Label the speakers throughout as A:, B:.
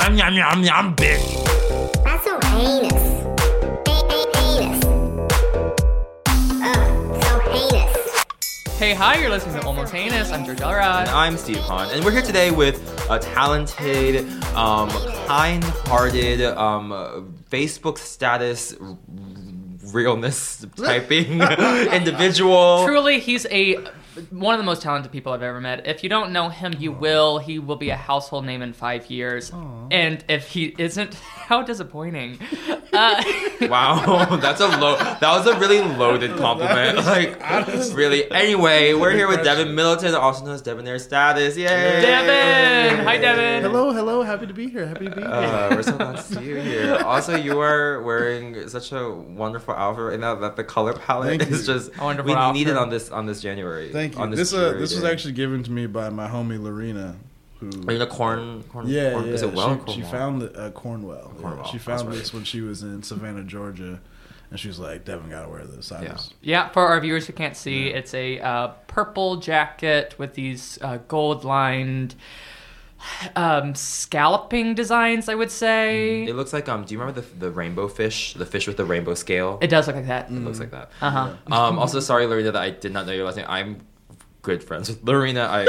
A: Yum, yum, yum, yum, bitch.
B: That's so heinous. Hey, hey, heinous. Ugh, so heinous.
C: Hey, hi, you're listening to Almost Heinous. I'm George Elrod.
D: I'm Steve Hahn, and we're here today with a talented, um, kind-hearted, um, uh, Facebook status r- realness typing individual.
C: Truly, he's a one of the most talented people I've ever met. If you don't know him, you will. He will be a household name in five years. And if he isn't, how disappointing. Uh,
D: Wow, that's a low. That was a really loaded compliment. like, really. Anyway, we're here with Devin Middleton, also known as Devin Their Status. Yay,
C: Devin! Hi, Devin.
E: Hello, hello. Happy to be here. Happy to be here.
D: Uh, we're so glad to see you here. Also, you are wearing such a wonderful outfit right now that the color palette
E: Thank
D: is
E: you.
D: just
C: A wonderful
D: we
C: outfit.
D: need it on this on this January.
E: Thank you.
D: On
E: This uh, this was
D: period.
E: actually given to me by my homie Lorena, who
D: Are you the corn? corn
E: yeah,
D: corn,
E: yeah.
D: Is it well?
E: she, she found the, uh, Cornwell. Yeah,
D: Cornwell,
E: she
D: that's
E: found
D: right.
E: this when she was in Savannah, Georgia, and she was like, "Devin got to wear this." I
D: Yeah.
E: was-
C: Yeah, for our viewers who can't see, it's a uh, purple jacket with these uh, gold lined um, scalloping designs, I would say.
D: It looks like um. Do you remember the the rainbow fish? The fish with the rainbow scale.
C: It does look like that.
D: It looks like that.
C: Uh huh.
D: Um. Also, sorry, Lorena, that I did not know your last name. I'm good friends with Lorena. I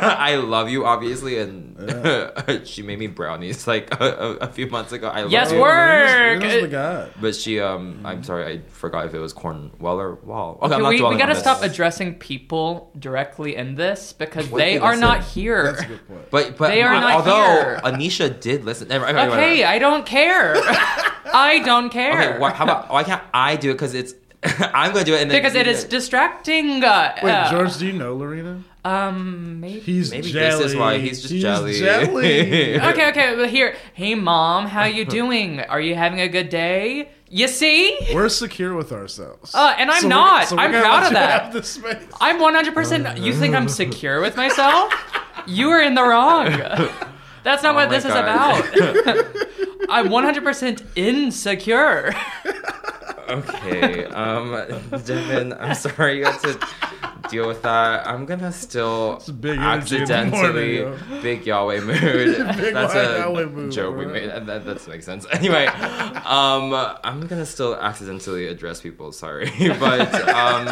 D: I love you, obviously, and she made me brownies like a, a, a few months ago. I
C: Yes,
D: love you.
C: work.
E: Lorena's- Lorena's
C: It-
E: the guy.
D: But she, um, I'm sorry, I forgot if it was Cornwell or Wall. Okay, I'm
C: Dude,
D: not
C: we, we
D: dwelling on
C: gotta
D: this.
C: stop addressing people directly in this because
D: Wait,
C: they
D: they
C: are not
D: listen.
C: here.
E: That's a good point.
D: But but
C: They are not
D: although
C: here.
D: Anisha did listen. Never, okay,
C: Okay, I don't care. I don't care.
D: Okay, why, how about why can't I do it? Because it's I'm gonna do it, and then
C: because
D: you
C: it
D: do
C: is distracting. Uh,
E: Wait,
C: uh,
E: George, do you know Lorena?
C: Um, maybe.
E: He's
D: Maybe
E: jelly.
D: this is why he's just jelly.
E: jelly.
C: Okay, okay, but here. Hey, mom, how you doing? Are you having a good day? You see,
E: we're secure with ourselves.
C: Uh, and I'm
E: we're-
C: not.
E: we're
C: I'm
E: gonna
C: proud
E: let
C: of
E: you
C: that.
E: have this space.
C: I'm
D: Oh,
C: 100%. You think I'm secure with myself? You are in the wrong. That's not
D: Oh
C: what
D: my
C: this
D: God.
C: is about. I'm 100% insecure.
D: Okay, um, Devin, I'm sorry you had to deal with that. I'm gonna still
E: a big energy in the
D: accidentally
E: morning,
D: big Yahweh mood.
E: Big
D: that's
E: wide
D: a
E: Yahweh mood,
D: joke we
E: bro.
D: made. That, that, that makes sense. Anyway, um, I'm gonna still accidentally address people. Sorry, but um,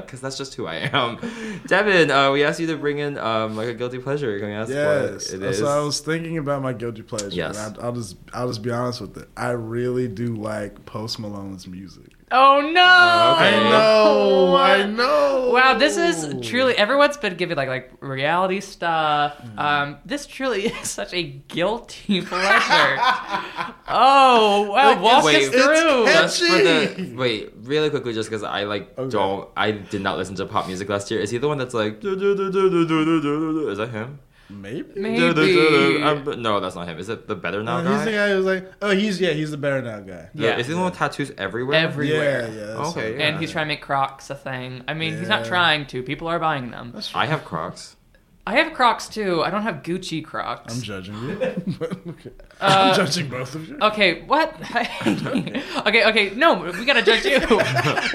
D: because that's just who I am. Devin, uh, we asked you to bring in um like a guilty pleasure. Can we ask
E: Yes.
D: what it is?
E: So I was thinking about my guilty pleasure.
D: Yes.
E: and I, I'll just I'll just be honest with it. I really do like Post Malone's music.
C: Oh no!
D: Okay.
E: I know. I know.
C: Wow, this is truly everyone's been giving like like reality stuff.
D: Hmm.
C: Um, this truly is such a guilty pleasure. oh wow, walk
D: wait,
C: us
D: it's
C: through.
E: heavy.
D: Just for the wait, really quickly, just because I like
E: Okay.
D: don't, I did not listen to pop music last year. Is he the one that's like? "Do, do, do, do, do, do, do, do, do"? Is that him?
E: Maybe.
C: Maybe.
D: Do, do, do, do. Um, but no, that's not him. Is it the better now
E: Uh, he's the
D: guy?
E: guy who's like, oh, he's yeah, he's the Better Now guy.
D: The-
C: Yeah.
D: Is he the one with tattoos everywhere?
C: Everywhere.
E: Yeah, yeah. that's
D: Okay,
E: him.
D: yeah.
C: And he's trying to make Crocs a thing. I mean, he's not
E: Yeah.
C: trying to. People are buying them.
E: That's true.
D: I have Crocs.
C: I have Crocs too. I don't have Gucci Crocs.
E: I'm judging you. okay. I'm judging both of you.
C: Uh, Okay, what? okay, okay, no, we gotta judge you.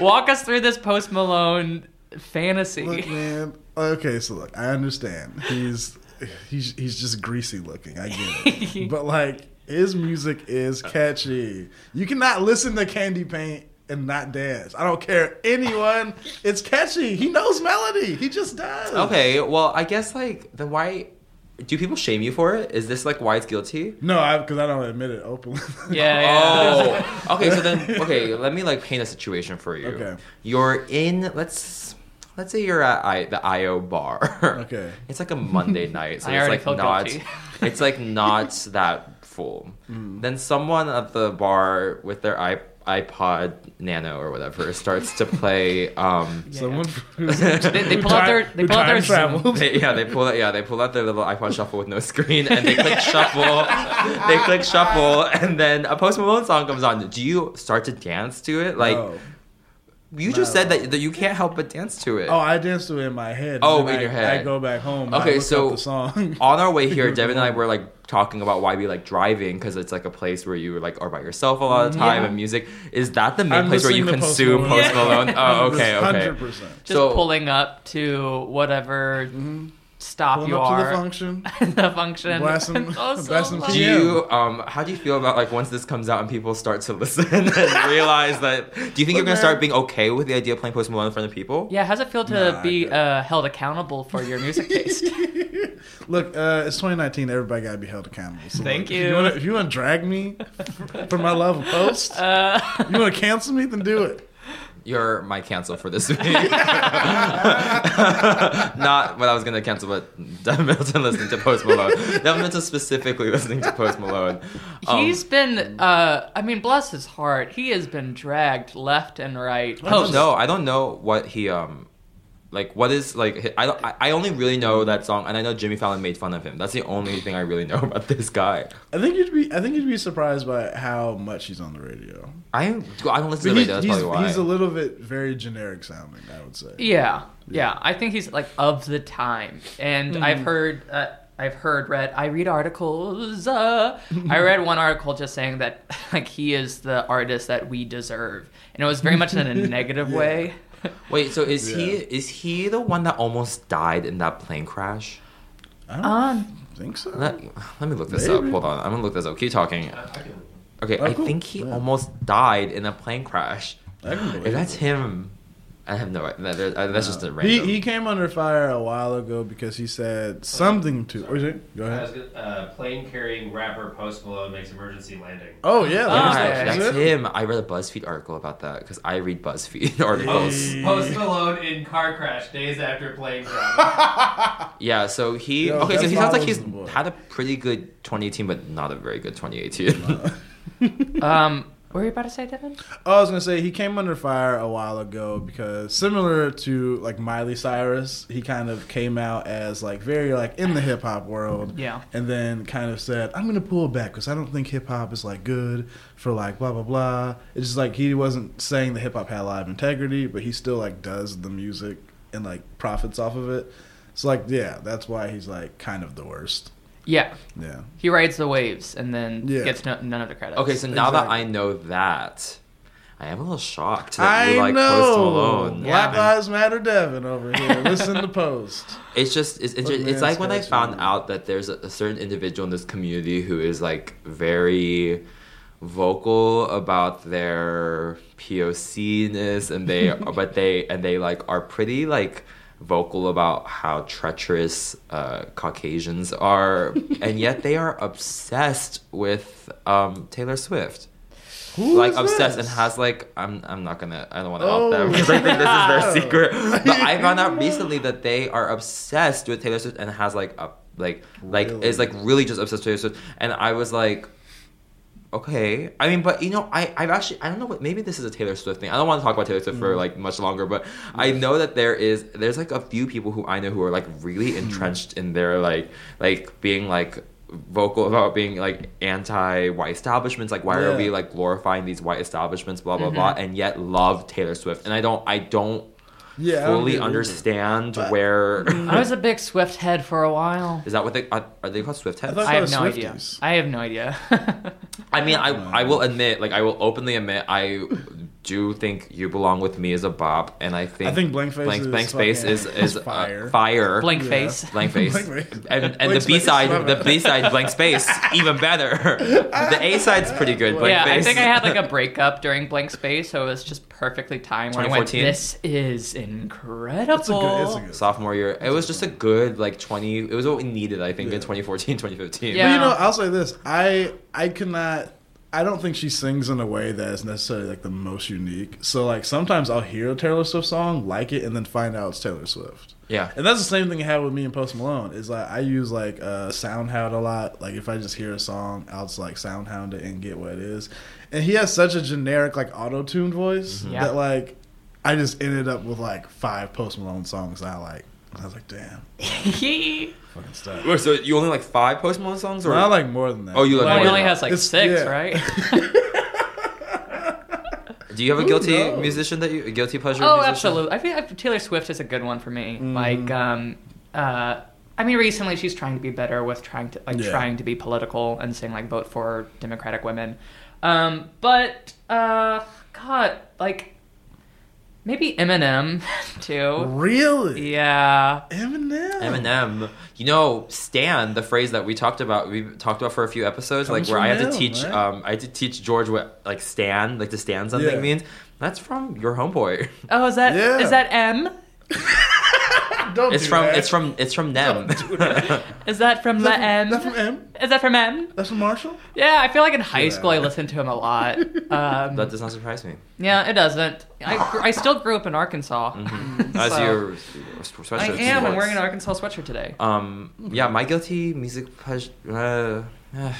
C: Walk us through this Post Malone fantasy.
E: Look, man. Okay, so look, I understand. He's he's he's just greasy looking. I get it. but like his music is catchy. You cannot listen to Candy Paint and not dance. I don't care anyone. It's catchy. He knows melody. He just does.
D: Okay, well, I guess like then why do people shame you for it? Is this like why it's guilty?
E: No, I because I don't admit it openly.
C: Yeah, yeah.
D: Oh, okay. So then, okay, let me like paint a situation for you.
E: Okay.
D: You're in. Let's let's say you're at I, the IO bar.
E: Okay.
D: It's like a Monday night, so
C: I
D: it's
C: already
D: like
C: feel
D: not.
C: guilty. Mm.
D: it's like not that full. Then someone at the bar with their iP- iPod Nano or whatever starts to play. Um,
E: Someone
C: They, they pull out their they pull out their Zoom.
D: they, yeah, they pull out. Yeah, they pull out their little iPod Shuffle with no screen, and they click shuffle. they click shuffle, and then a Post Malone song comes on. Do you start to dance to it? Like
E: oh.
D: you just
E: No.
D: said that, that you can't help but dance to it.
E: Oh, I danced to it in my head.
D: Oh,
E: Then
D: in
E: I,
D: your head.
E: I go back home. and I
D: Okay,
E: look
D: so-
E: up the song.
D: on our way here, Devin and I were like talking about why we like driving because it's like a place where you like are by yourself a lot of the time and music. Is that the main
E: I'm
D: place where you
E: listening to
D: consume
E: Post Malone.
D: Post Malone? Oh, okay, okay.
E: Hundred percent.
C: Just
D: So-
C: pulling up to whatever stop
E: Mm-hmm. Pulling
C: you
E: up to
C: are
E: the function.
C: the function.
E: Blast 'em-
C: Oh, so
E: blast 'em
C: much.
D: Do
E: Yeah.
D: you um how do you feel about like once this comes out and people start to listen and realize that do you think you're gonna
E: man.
D: start being okay with the idea of playing Post Malone in front of people?
C: Yeah, how's it feel to
E: Nah, I
C: be
E: don't.
C: uh, held accountable for your music taste?
E: Look, uh, it's 2019. Everybody gotta be held accountable. So,
C: Thank
E: like,
C: you.
E: If you want to drag me for my love of post,
C: uh,
E: you want to cancel me, then do it.
D: You're my cancel for this week. Not what I was gonna cancel, but Devin Middleton listening to Post Malone. Devin Middleton specifically listening to Post Malone. Um,
C: he's been, uh, I mean, bless his heart, he has been dragged left and right.
D: I don't
C: Post.
D: know. I don't know what he um, like what is like. hi- I don't- I- I only really know that song, and I know Jimmy Fallon made fun of him. That's the only thing I really know about this guy.
E: I think you'd be. I think you'd be surprised by how much he's on the radio.
D: I am. I don't listen to
E: But he's,
D: radio. That's
E: he's-
D: probably why.
E: he's a little bit very generic sounding. I would say.
C: Yeah, yeah. I think he's like of the time, and I've heard, uh, I've heard, read. I read articles. Uh, I read one article just saying that like he is the artist that we deserve, and it was very much in a negative way.
D: Wait. So is he
E: Yeah.
D: is he the one that almost died in that plane crash?
E: I don't
C: Um,
E: think so.
D: Let, let me look this up.
E: Maybe.
D: Hold on. I'm gonna look this up. Keep talking. Okay.
E: Oh,
D: I
E: cool.
D: think he
E: Yeah.
D: almost died in a plane crash.
E: I can believe
D: If that's
E: it.
D: him, I have no idea. That- that- That's just a
E: He,
D: random.
E: he came under fire a while ago because he said something to. Or is it- Go
A: I was
E: ahead.
A: gonna- uh, plane carrying rapper Post Malone makes emergency landing.
E: Oh yeah,
C: Ah,
E: that was-
C: yeah,
E: that was
D: that's
E: it.
D: him. I read a BuzzFeed article about that because I read BuzzFeed articles.
E: Hey.
A: Post Malone in car crash days after plane crash.
D: Yeah, so he
E: Yo,
D: okay. So
E: that's
D: he
E: why I
D: sounds like he's
E: wasn't born.
D: had a pretty good 2018, but not a very good 2018.
C: um, what were you about to say, Devin?
E: Oh, I was gonna say he came under fire a while ago because similar to like Miley Cyrus, he kind of came out as like very like in the hip hop world.
C: Yeah.
E: And then kind of said, I'm gonna pull back because I don't think hip hop is like good for like blah blah blah. It's just like he wasn't saying the hip hop had a lot of integrity, but he still like does the music and like profits off of it. So like yeah, that's why he's like kind of the worst.
C: Yeah,
E: Yeah.
C: he rides the waves and then
E: Yeah.
C: gets no, none of the credits.
D: okay, so now that
E: Exactly.
D: I know that, I am a little shocked that
E: I
D: you like Post
E: know.
D: Malone.
C: Yeah.
E: Black Lives Matter Devin over here. Listen to Post.
D: It's just it's it's,
E: Look,
D: it's
E: man,
D: like when I
E: it's
D: found
E: catchy.
D: out that there's a, a certain individual in this community who is like very vocal about their POC-ness and they but they and they like are pretty like vocal about how treacherous uh, Caucasians are and yet they are obsessed with um, Taylor Swift.
E: Who
D: like
E: is
D: obsessed
E: this?
D: and has like I'm I'm not gonna I don't want to
E: Oh,
D: out them because I think this is their
E: wow.
D: secret. But I found out recently that they are obsessed with Taylor Swift and has like a like like is like really just obsessed with Taylor Swift. And I was like, okay. I mean, but you know, I I've actually I don't know what maybe this is a Taylor Swift thing. I don't want to talk about Taylor Swift
E: Mm-hmm.
D: for like much longer, but I know that there is there's like a few people who I know who are like really
E: Mm-hmm.
D: entrenched in their like like being like vocal about being like anti white establishments like why are
E: Yeah. Mm-hmm.
D: we like glorifying these white establishments blah blah blah and yet love Taylor Swift and I don't I don't
E: yeah, I don't
D: fully
E: get it.
D: understand
E: But-
D: where
C: I was a big Swift head for a while.
D: is that what they are, are they called Swift heads?
E: thought-
C: I have no
E: called
C: idea.
E: Swifties.
C: I have no idea.
D: I mean, I I will admit, like I will openly admit, I do think "You Belong with Me" is a bop, and I think
E: I think Blank Face is
D: Blank Space
E: fucking-
D: is is
E: is
D: uh, fire.
E: fire.
C: Blank
E: Yeah.
C: face.
D: Blank face,
E: Blank Face.
D: and, and
E: Blank
D: the B
E: Space, my
D: side, the
E: bad.
D: B side, blank space, even better. The A side's pretty good. Blank
C: yeah,
D: face.
C: I think I had like a breakup during Blank Space, so it was just perfectly timed when I went,
D: 2014?
C: this is incredible.
E: It's a good. It's a good.
D: sophomore year. It was just a good like twenty. It was what we needed, I think,
E: Yeah.
D: in 2014, 2015.
E: But
C: Yeah.
E: you know, I'll say this: I I cannot. I don't think she sings in a way that is necessarily like the most unique. So like sometimes I'll hear a Taylor Swift song, like it, and then find out it's Taylor Swift.
D: yeah.
E: And that's the same thing I had with me and Post Malone. Is like I use like uh, SoundHound a lot. Like if I just hear a song, I'll just like SoundHound it and get what it is. And he has such a generic like auto tuned voice
C: Mm-hmm. Yeah.
E: that like I just ended up with like five Post Malone songs that I like. I was like, damn, fucking stuff.
D: Wait, So you only like five Post Malone songs, or
E: I like more than that.
D: Oh, you like
C: well,
D: more
C: he
D: than
C: only
D: that.
C: has like
E: It's-
C: six,
E: yeah.
C: right?
D: do you have a
E: Who
D: guilty
E: knows?
D: musician that you a guilty pleasure?
C: oh,
D: musician?
C: absolutely. I think I- Taylor Swift is a good one for me.
E: Mm.
C: Like, um, uh, I mean, recently she's trying to be better with trying to like
E: Yeah.
C: trying to be political and saying like vote for Democratic women. Um, but uh, God, like, Maybe Eminem too.
E: Really?
C: Yeah.
E: Eminem.
D: Eminem. You know, Stan, the phrase that we talked about, we talked about for a few episodes, like
E: Comes
D: where I
E: from
D: had to
E: him,
D: teach,
E: right?
D: um, I had to teach George what like Stan, like to stand something
E: Yeah.
D: means. That's from your homeboy.
C: Oh, is that is
E: Yeah.
C: that M?
E: Don't
D: It's
E: do
D: from
E: that.
D: it's from it's from them.
C: Is that from
E: Is
C: the
E: that from-
C: M?
E: That's from M.
C: Is that from M?
E: That's from Marshall.
C: Yeah, I feel like in high
E: Yeah.
C: school I listened to him a lot. Um,
D: that does not surprise me.
C: yeah, it doesn't. I, gr- I still grew up in Arkansas.
D: Mm-hmm.
C: Mm,
D: As
C: So-
D: your sweatshirt.
C: I am. I'm wearing an Arkansas sweatshirt today.
D: Um. Yeah, my guilty music pleasure. Uh, uh,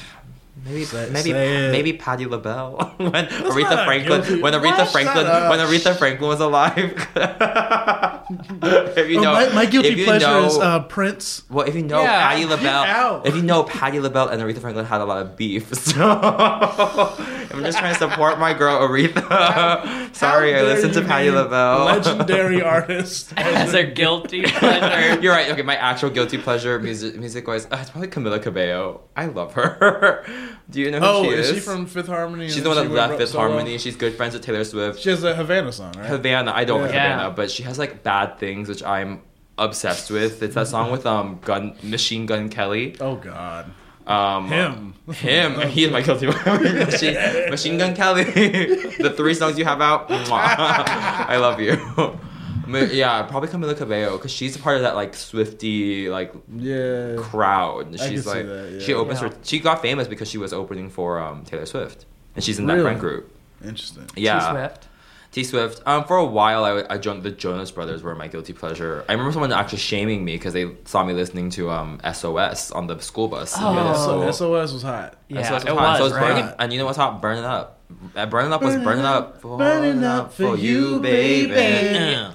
D: maybe
E: Say-
D: maybe
E: say it.
D: maybe Patti LaBelle when
E: not
D: Aretha
E: a
D: Franklin
E: guilty-
D: when Aretha
E: What?
D: Franklin
E: Shut up.
D: when Aretha Franklin was alive. if you
E: Oh,
D: know,
E: my, my
D: if
E: guilty
D: you
E: pleasure
D: know-
E: is uh, Prince.
D: well, if you know
C: Yeah.
D: Patti
E: Get
D: LaBelle,
E: out.
D: if you know Patti LaBelle and Aretha Franklin had a lot of beef, so I'm just trying to support my girl Aretha. Sorry,
E: How
D: I
E: dare
D: listened to
E: you
D: Patti
E: name
D: LaBelle.
E: Legendary artist.
C: As a guilty pleasure.
D: You're right. Okay, my actual guilty pleasure, music music wise, uh, it's probably Camila Cabello. I love her. Do you know who
E: oh,
D: she
E: is
D: is?
E: she from Fifth Harmony?
D: She's
E: and
D: the one
E: she
D: that
E: went
D: left
E: rock
D: Fifth
E: solo?
D: Harmony. She's good friends with Taylor Swift.
E: She has a Havana song, right?
D: Havana. I don't like
E: Yeah.
D: Havana, but she has like bad things, which I'm obsessed with. It's that song with um Gun Machine Gun Kelly.
E: oh God,
D: Um,
E: him.
D: Him. He is my guilty one. Machine, Machine Gun Kelly. the three songs you have out. mwah. I love you. Ma- yeah, probably Camila Cabello because she's a part of that like Swifty like
E: Yeah.
D: crowd.
E: I
D: She's
E: can see
D: like
E: that, yeah.
D: she opens
C: Yeah.
D: her. She got famous because she was opening for um, Taylor Swift, and she's in that
E: Really?
D: friend group.
E: Interesting.
D: Yeah,
C: Too Swift.
D: T Swift. Um, for a while, I, would- I joined the Jonas Brothers were my guilty pleasure. I remember someone actually shaming me because they saw me listening to um SOS on the school bus. in
C: Oh.
D: middle
E: So
D: school.
E: SOS was hot.
C: Yeah,
D: SOS
C: it
D: hot.
C: was,
D: So it's
C: right?
D: burning, and you know what's hot? Burning up. Uh, Burning up was
E: Burning
D: burning
E: up,
D: up, for-
E: burning up for you, baby.
D: Yeah.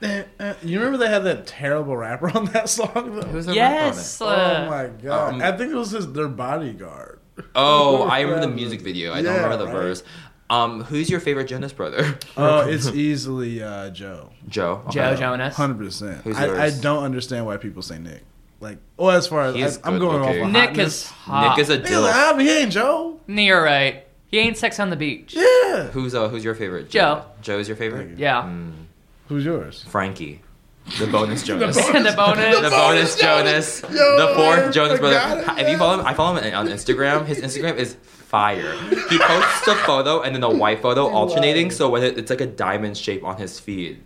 E: Eh, eh. You remember they had that terrible rapper on that song though.
D: Who's the rapper on it?
C: Yes.
E: oh
C: uh,
E: my God,
D: um,
E: I think it was his their bodyguard.
D: Oh, I remember the
E: Whoever.
D: music video. I don't
E: Yeah,
D: remember the
E: right.
D: verse. Um, who's your favorite Jonas brother?
E: Oh, it's easily uh, Joe.
D: Joe.
C: Joe
D: Okay.
C: Jonas.
E: Hundred percent.
D: Who's
E: I, I
D: yours?
E: don't understand why people say Nick. Like, well, as far
D: He
E: as
D: is
E: I, am
D: good
E: going
D: looking.
E: off. Of
C: Nick
E: hotness.
C: is hot.
D: Nick is a
E: He's like,
D: dill.
E: ah, but he ain't Joe.
C: No, you're right. He ain't sex on the beach.
E: Yeah.
D: Who's uh, who's your favorite?
C: Joe.
D: Joe is your favorite.
C: Yeah.
E: Who's yours?
D: Frankie, the bonus Jonas.
C: And the bonus.
D: Mm. The bonus Jonas, the
E: I
D: fourth Jonas brother.
E: forgot it,
D: Ha- If you follow him, I follow him on Instagram. His Instagram is fire. He posts a photo and then a white photo alternating, so when it, it's like a diamond shape on his feed.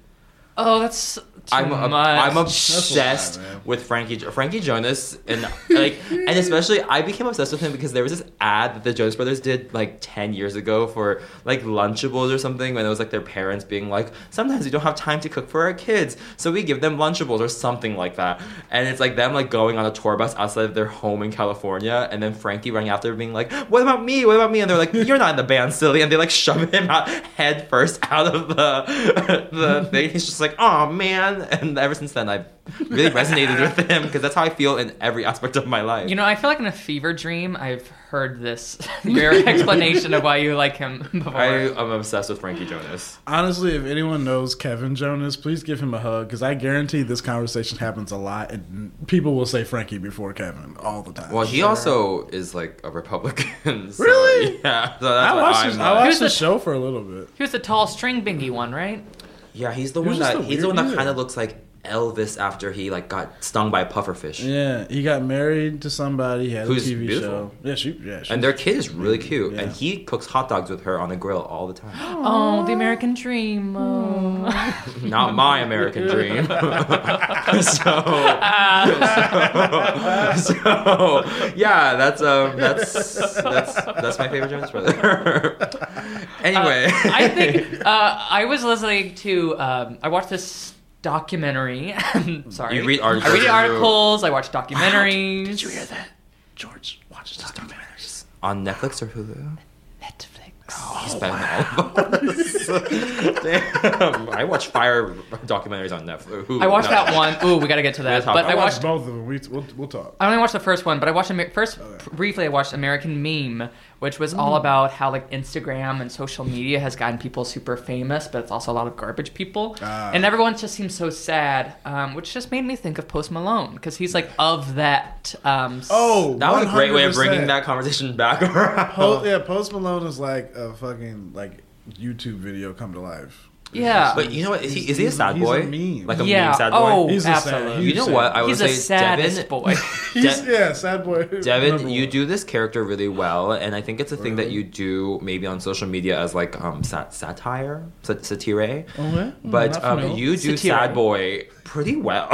C: oh, that's too
D: I'm
C: much.
D: ob- I'm
E: That's
D: obsessed
E: a lot, man.
D: with Frankie Jo- Frankie Jonas and like and especially I became obsessed with him because there was this ad that the Jonas Brothers did like ten years ago for like Lunchables or something when it was like their parents being like sometimes we don't have time to cook for our kids so we give them Lunchables or something like that and it's like them like going on a tour bus outside of their home in California and then Frankie running after her being like what about me what about me and they're like you're not in the band silly and they like shove him out head first out of the the thing he's just like oh man and ever since then I've really resonated with him because that's how I feel in every aspect of my life.
C: You know, I feel like in a fever dream, I've heard this your explanation of why you like him before.
D: I am obsessed with Frankie Jonas.
E: Honestly, if anyone knows Kevin Jonas, please give him a hug because I guarantee this conversation happens a lot, and people will say Frankie before Kevin all the time.
D: Well, he also is like a Republican. so-
E: Really?
D: Yeah. So that's
E: I
D: why
E: watched,
D: I'm
E: his,
D: like-
E: I watched
C: Who's
E: the
C: the-
E: show for a little bit.
C: he was the tall string bingy one, right?
D: Yeah, he's the
E: He was
D: one
E: just
D: that
E: a
D: he's the one
E: weird
D: that
E: dude.
D: kind of looks like Elvis after he like got stung by a pufferfish.
E: Yeah, he got married to somebody. He had
D: Who's
E: a TV
D: beautiful.
E: show. Yeah, she. Yeah, she
D: And their kid is really cute,
E: Yeah.
D: and he cooks hot dogs with her on the grill all the time.
C: Oh, the American dream.
D: Hmm.
C: Oh.
D: Not my American dream. so, so yeah, that's um, that's that's that's my favorite Jonas brother. anyway,
C: I think uh, I was listening to. Um, I watched this documentary. Sorry,
D: You read articles.
C: I read
D: You-
C: articles. I watch documentaries.
E: Did you hear that? George watches documentaries.
D: on Netflix or Hulu.
C: Netflix.
D: He's better than all of us. Damn, I watch fire documentaries on Netflix. Hulu,
C: I watched
D: not-
C: that one. Ooh, we gotta get to that.
D: talk
C: But
D: about
C: I
E: I watched
C: watched.
E: both of them. We, we'll, we'll talk.
C: I only watched the first one, but I watched Amer- first
E: Okay. Hmm.
C: briefly. I watched American Meme, which was all about how like Instagram and social media has gotten people super famous, but it's also a lot of garbage people,
E: Ah.
C: and everyone just seems so sad, um, which just made me think of Post Malone because he's like of that. Um, s-
E: Oh,
D: That was a great way of
E: 100%.
D: bringing that conversation back around.
E: Post, yeah, Post Malone is like a fucking like YouTube video come to life.
C: Yeah.
D: But you know what? Is he, is he a
E: He's-
D: sad
E: he's a
D: boy?
E: meme.
D: Like a
C: yeah.
D: meme sad boy?
C: Oh,
E: He's a sad-
C: absolutely.
D: you know what? I would
C: He's
D: say
C: a
D: it's
C: saddest
D: Devin.
C: boy.
E: He's,
D: De-
E: yeah, sad boy.
D: Devin,
E: Number
D: you
E: one.
D: do this character really well, and I think it's a thing that
E: Really?
D: you do maybe on social media as like um sat- satire, sat- satire.
E: Okay.
D: But
E: Oh, Not
D: um,
E: familiar.
D: you do
C: Satire.
D: sad boy pretty well.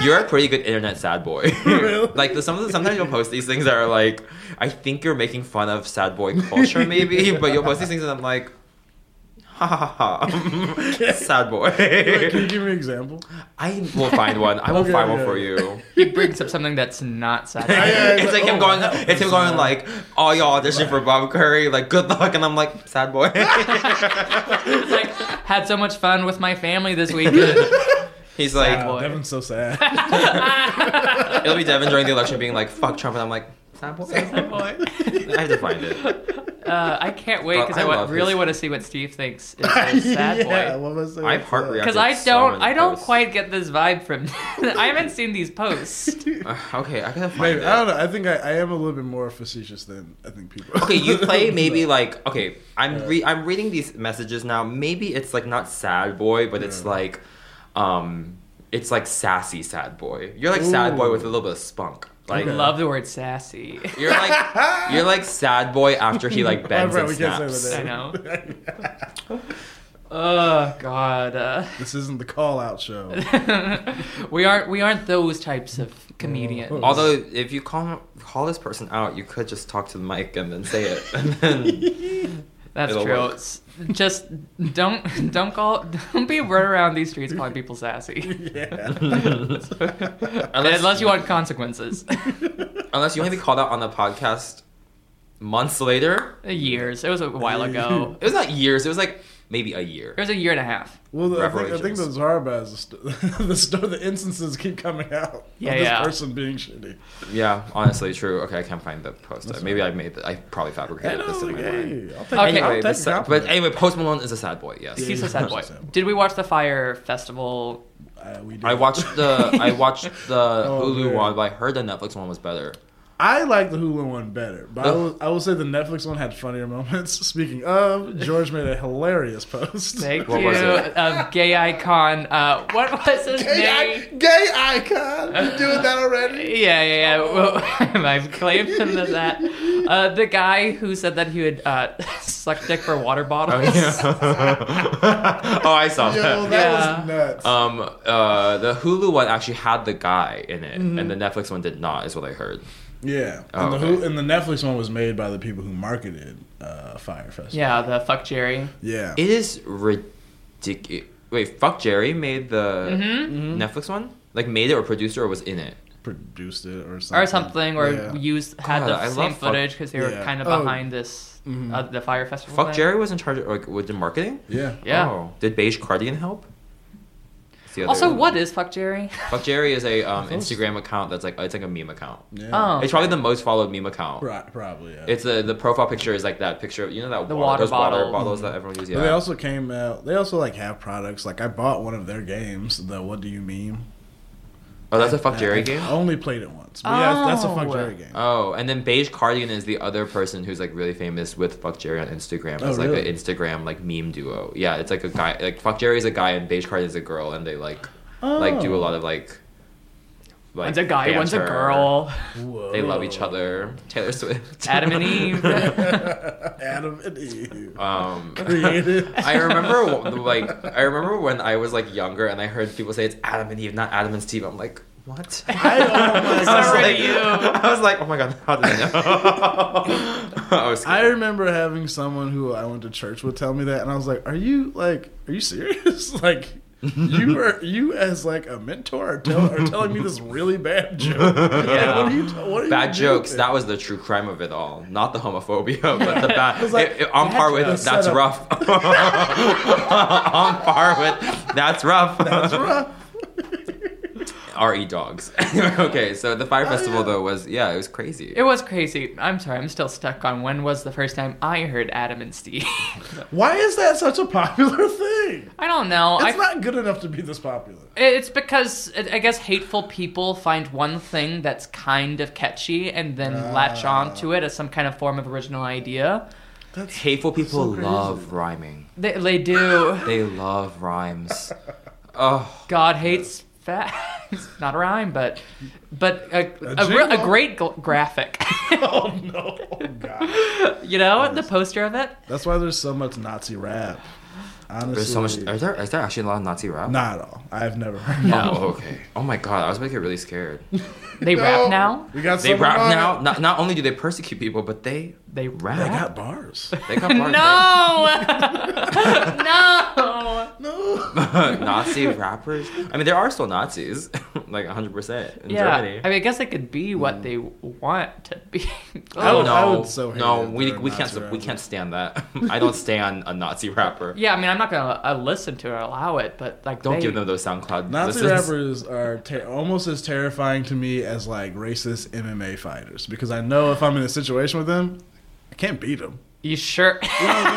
D: you're a pretty good internet sad boy.
E: Really?
D: like the, some of the, sometimes you'll post these things that are like, I think you're making fun of sad boy culture maybe, but you'll post these things and I'm like, ha ha ha, ha. sad
E: Wait, can you
D: boy.
E: give me an example?
D: I will find one. I will
E: Okay,
D: find one
E: okay.
D: for you.
C: he brings up something that's not sad.
E: yeah, yeah,
D: it's
E: it's
D: like
E: like,
D: him
E: oh,
D: going.
E: wow.
D: It's him going like, "Oh, y'all audition for Bob Curry. Like, good luck." And I'm like, "Sad boy."
C: It's like had so much fun with my family this weekend.
D: He's
E: Wow,
D: like,
C: boy.
E: Devin's so sad.
D: "It'll be Devin during the election, being like, fuck Trump," and I'm like, "Sad boy."
C: Sad boy.
D: I have to find it.
C: Uh, I can't wait
D: Well,
C: because
D: I
C: I, wa-
D: love
C: really
D: his-
C: want to see what Steve thinks is a sad
E: yeah,
C: boy.
E: What was I
D: I've heart reacted.
C: Because I
D: so
C: don't,
D: many
C: I don't
D: posts.
C: quite get this vibe from. I haven't seen these posts.
D: Uh, okay, I gotta find
E: Maybe
D: it.
E: I don't know. I think I, I am a little bit more facetious than I think people.
D: Okay, you play maybe like okay. I'm re- I'm reading these messages now. Maybe it's like not sad boy, but it's
E: Yeah.
D: like, um, it's like sassy sad boy. You're like sad boy
E: Ooh.
D: with a little bit of spunk. Like
E: Okay.
C: Love the word sassy.
D: You're like you're like sad boy after he like bends
E: Right,
D: and
E: we can't
D: snaps.
E: say
C: I
E: what
C: know.
E: that is.
C: Oh God, uh,
E: This isn't the call out show.
C: we aren't we aren't those types of comedians.
E: Oh.
D: Although if you call call this person out, you could just talk to the mic and then say it. And then
C: That's
D: It'll
C: true.
D: work.
C: S- Just don't don't call don't be run around these streets calling people sassy.
E: yeah.
D: Unless-
C: Unless, you want consequences.
D: unless you want to be called out on the podcast months later,
C: Years. It was a while ago.
D: it was not years. It was like maybe a year.
C: It was a year and a half.
E: Well, the, I think I think
D: Reparations.
E: those are bad. The, sto- the, sto- the instances keep coming out.
C: Yeah,
E: of this
C: yeah.
E: person being shitty.
D: Yeah, honestly, true. Okay, I can't find the post. maybe I made. The, I probably
E: I
D: fabricated
E: know,
D: this in
E: like,
D: my mind.
E: hey, I'll take,
C: Okay.
E: I'll
D: Anyway,
E: take
D: but,
E: a
D: sa-
E: compliment.
D: but anyway, Post Malone is a sad boy. Yes,
C: He's a
E: Yeah.
C: sad boy.
E: Sad boy.
C: Did we watch the Fire Festival?
E: Uh, we do.
D: eh, I watched the I watched the
E: Oh,
D: Hulu
E: man.
D: one, but I heard the Netflix one was better.
E: I like the Hulu one better, but I
D: Ugh.
E: will, I will say the Netflix one had funnier moments. Speaking of, George made a hilarious post.
C: Thank
D: What
C: you.
D: was it?
C: Um, gay icon. Uh, what was his
E: Gay,
C: name?
E: I- gay icon. You doing that already?
C: Yeah, yeah, yeah. Well, I've claimed him to that. Uh, the guy who said that he would uh, suck dick for water bottles.
D: oh, I saw
E: Yo,
D: that.
E: that
C: Yeah.
E: was nuts.
D: Um, uh, the Hulu one actually had the guy in it,
E: Mm-hmm.
D: and the Netflix one did not, is what I heard.
E: yeah,
D: Oh,
E: and, the Hulu,
D: okay.
E: and the Netflix one was made by the people who marketed uh, Fire Festival.
C: Yeah, the fuck Jerry.
E: yeah.
D: It is ridiculous. Wait, fuck Jerry made the
E: Mm-hmm.
D: Netflix one. Like made it or produced it or was in it.
E: produced it or something
C: Or something, or
E: Yeah.
C: used had
D: God, I
C: the
D: love
C: same
D: fuck-
C: footage because they were
E: Yeah.
C: kind of
E: Oh. Mm-hmm.
C: behind this uh, the fire festival.
D: Fuck
C: thing.
D: Jerry was in charge of like with the marketing.
E: Yeah.
C: Yeah.
D: Oh. Did Beige Cardigan help? It's the other
C: Also,
D: one.
C: what is fuck Jerry?
D: Fuck Jerry is a um,
E: course.
D: Instagram account that's like it's like a meme account.
E: Yeah.
C: Oh.
D: It's probably the most followed meme account.
E: Pro- probably. Yeah.
D: It's a, the profile picture is like that picture of you know that
C: The
D: water,
C: water
D: those water
C: bottle.
D: bottles that everyone uses.
E: But they
D: Yeah.
E: also came out. They also like have products. Like I bought one of their games. The What Do You Meme?
D: Oh, that's a fuck Jerry
E: I
D: game.
E: only played it once. But yeah, that's a fuck
C: Oh.
E: Jerry game.
D: Oh, and then Beige Cardigan is the other person who's like really famous with Fuck Jerry on Instagram. It's
E: Oh,
D: like
E: really?
D: an Instagram like meme duo. Yeah, it's like a guy like Fuck Jerry's a guy and Beige Cardigan's a girl, and they like Oh. like do a lot of like. like
C: one's a guy, one's a
D: banter.
C: girl.
E: Whoa.
D: They love each other. Taylor Swift,
C: Adam and Eve.
E: Adam and Eve.
D: Um,
E: Created.
D: I remember like I remember when I was like younger and I heard people say it's Adam and Eve, not Adam and Steve. I'm like, what?
E: I almost-
D: I was
C: Sorry,
D: like-
C: you.
D: I was like, oh my god, how did I know? I was
E: I
D: scared.
E: remember having someone who I went to church would tell me that, and I was like, "Are you like, are you serious? like, you were you as like a mentor are, tell, are telling me this really bad joke?
D: Yeah.
E: What are you? What are you
D: Bad
E: doing?
D: jokes. That was the true crime of it all, not the homophobia, but the bad.
E: was like,
D: it- it- on par with
E: jokes.
D: that's
E: Set up.
D: rough. on par with that's rough.
E: That's rough.
D: Re dogs. okay, so the
E: Oh,
D: fire festival though was yeah, it was crazy.
C: it was crazy. I'm sorry, I'm still stuck on when was the first time I heard Adam and Steve.
E: Why is that such a popular thing?
C: I don't know.
E: It's
C: I
E: not good enough to be this popular.
C: It's because I guess hateful people find one thing
E: Ah.
C: that's kind of catchy and then latch on to it as some kind of form of original idea.
E: That's
D: Hateful people
E: so crazy.
D: love rhyming.
C: They, they do.
D: They love rhymes. Oh,
C: God hates facts. Not a rhyme, but but a, a,
E: jingle.
C: real- a great gl- graphic.
E: oh no, oh, god.
C: you know the poster of it.
E: That's why there's so much Nazi rap. Honestly,
D: there's so much. Is there, is there actually a lot of Nazi rap?
E: Not at all. I've never heard.
C: No,
D: Oh, okay. Oh my god, I was about to get really scared.
C: they
E: No.
C: rap now.
E: We got
D: They
E: someone
D: rap
E: on
D: now.
E: it.
D: Not, not only do they persecute people, but they
C: They rap.
E: They
D: rap.
E: got bars.
D: They got bars.
C: No, no.
D: Nazi rappers. I mean, there are still Nazis, like 100% in
C: Yeah,
D: Germany. Hmm.
C: I mean, I guess they could be what they want to be.
E: I
D: Oh
E: would-
D: no,
E: I would so hate
D: no,
E: it if
D: we,
E: there were
D: we can't
E: Nazi
D: we
E: rappers.
D: can't stand that. I don't stand a Nazi rapper.
C: Yeah, I mean, I'm not gonna uh, listen to it, allow it, but like,
D: Don't
C: they,
D: give them those SoundCloud
E: Nazi
D: listens.
E: rappers are ter- almost as terrifying to me as like racist MMA fighters because I know if I'm in a situation with them, I can't beat Oh, them.
C: You sure?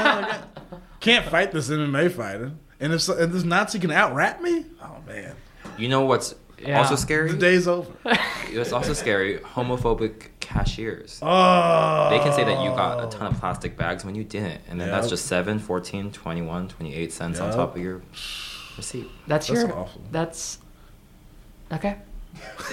E: Can't fight this MMA fighter. And if, so, if this Nazi can out rap me, oh man,
D: You know what's
C: Yeah.
D: also
E: the
D: scary?
E: day's over.
D: It's also scary. Homophobic cashiers.
E: Oh,
D: They can say that you got a ton of plastic bags when you didn't, and then that's
E: Yep.
D: just 7, 14, 21, 28 cents on
E: Yep.
D: top of your receipt.
C: that's
E: That's
C: your.
E: awful.
C: That's okay.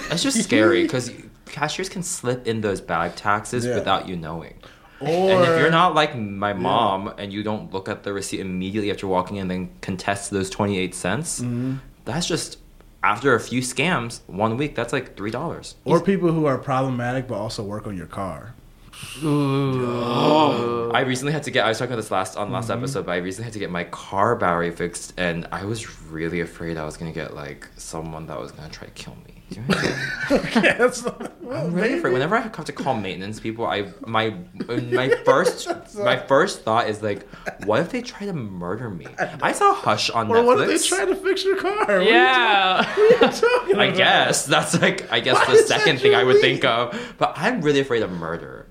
D: That's just scary because cashiers can slip in those bag taxes
E: Yeah.
D: without you knowing.
E: Or
D: and if you're not like my mom and you don't look at the receipt immediately after walking in and then contest those 28 cents,
E: Mm-hmm.
D: that's just after a few scams, one week, that's like $3.
E: or people who are problematic but also work on your car.
D: I recently had to get, I was talking about this last on last
E: Mm-hmm.
D: episode, but I recently had to get my car battery fixed and I was really afraid I was going to get like someone that was going to try to kill me. Do you know what I mean?
E: Yes.
D: I'm really afraid. Whenever I have to call maintenance people, I my my first my first thought is like, what if they try to murder me? I saw Hush on
E: Or
D: Netflix.
E: what if they try to fix your car? What are you
C: Yeah.
E: talking
D: I
E: about?
D: guess that's like I guess
E: Why
D: the
E: is that
D: second thing I
E: your
D: would think of. But I'm really afraid of murder.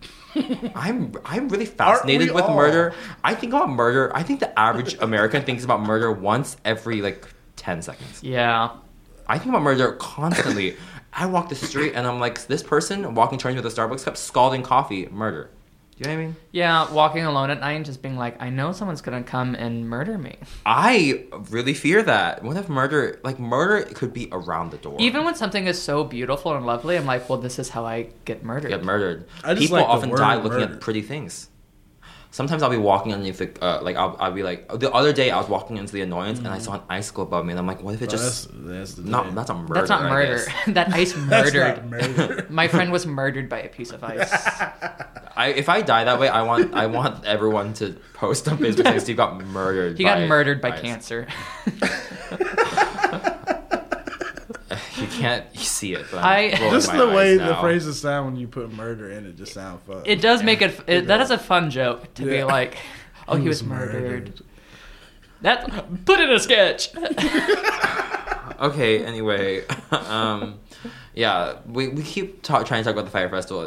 D: I'm I'm really fascinated
E: we
D: with
E: all?
D: murder. I think about murder. I think the average American thinks about murder once every like ten seconds.
C: yeah.
D: I think about murder constantly. I walk the street and I'm like, this person walking towards me with a Starbucks cup, scalding coffee, murder. Do you know what I mean?
C: Yeah, walking alone at night and just being like, I know someone's gonna come and murder me.
D: I really fear that. What if murder, like murder, could be around the door?
C: Even when something is so beautiful and lovely, I'm like, well, this is how I get murdered.
D: get murdered.
E: I just
D: People
E: like the
D: often
E: word
D: die looking
E: murder.
D: at pretty things. Sometimes I'll be walking underneath the uh, like I'll, I'll be like the other day I was walking into the annoyance and I saw an icicle above me and I'm like, what if it
E: Oh,
D: just
E: Mm. that's, that's the
D: not
E: thing.
D: that's a murder?
C: That's not
D: I
C: murder.
D: guess.
C: that ice
E: That's
C: murdered.
E: not murder.
C: My friend was murdered by a piece of ice.
D: I, if I die that way, I want I want everyone to post on Facebook saying Steve got murdered.
C: He got murdered by
D: ice."
C: cancer.
D: You can't see it. But
C: I-
D: I'm rolling
E: Just
D: Oh my
E: the
D: eyes
E: way the
D: now.
E: phrases sound when you put murder in it just sound fun.
C: It does make it, it that
E: does.
C: is a fun joke to be
E: Yeah.
C: like, oh, he, was, murdered. That put in a sketch.
D: Okay. Anyway, um, yeah, we, we keep talk, trying to talk about the fire festival,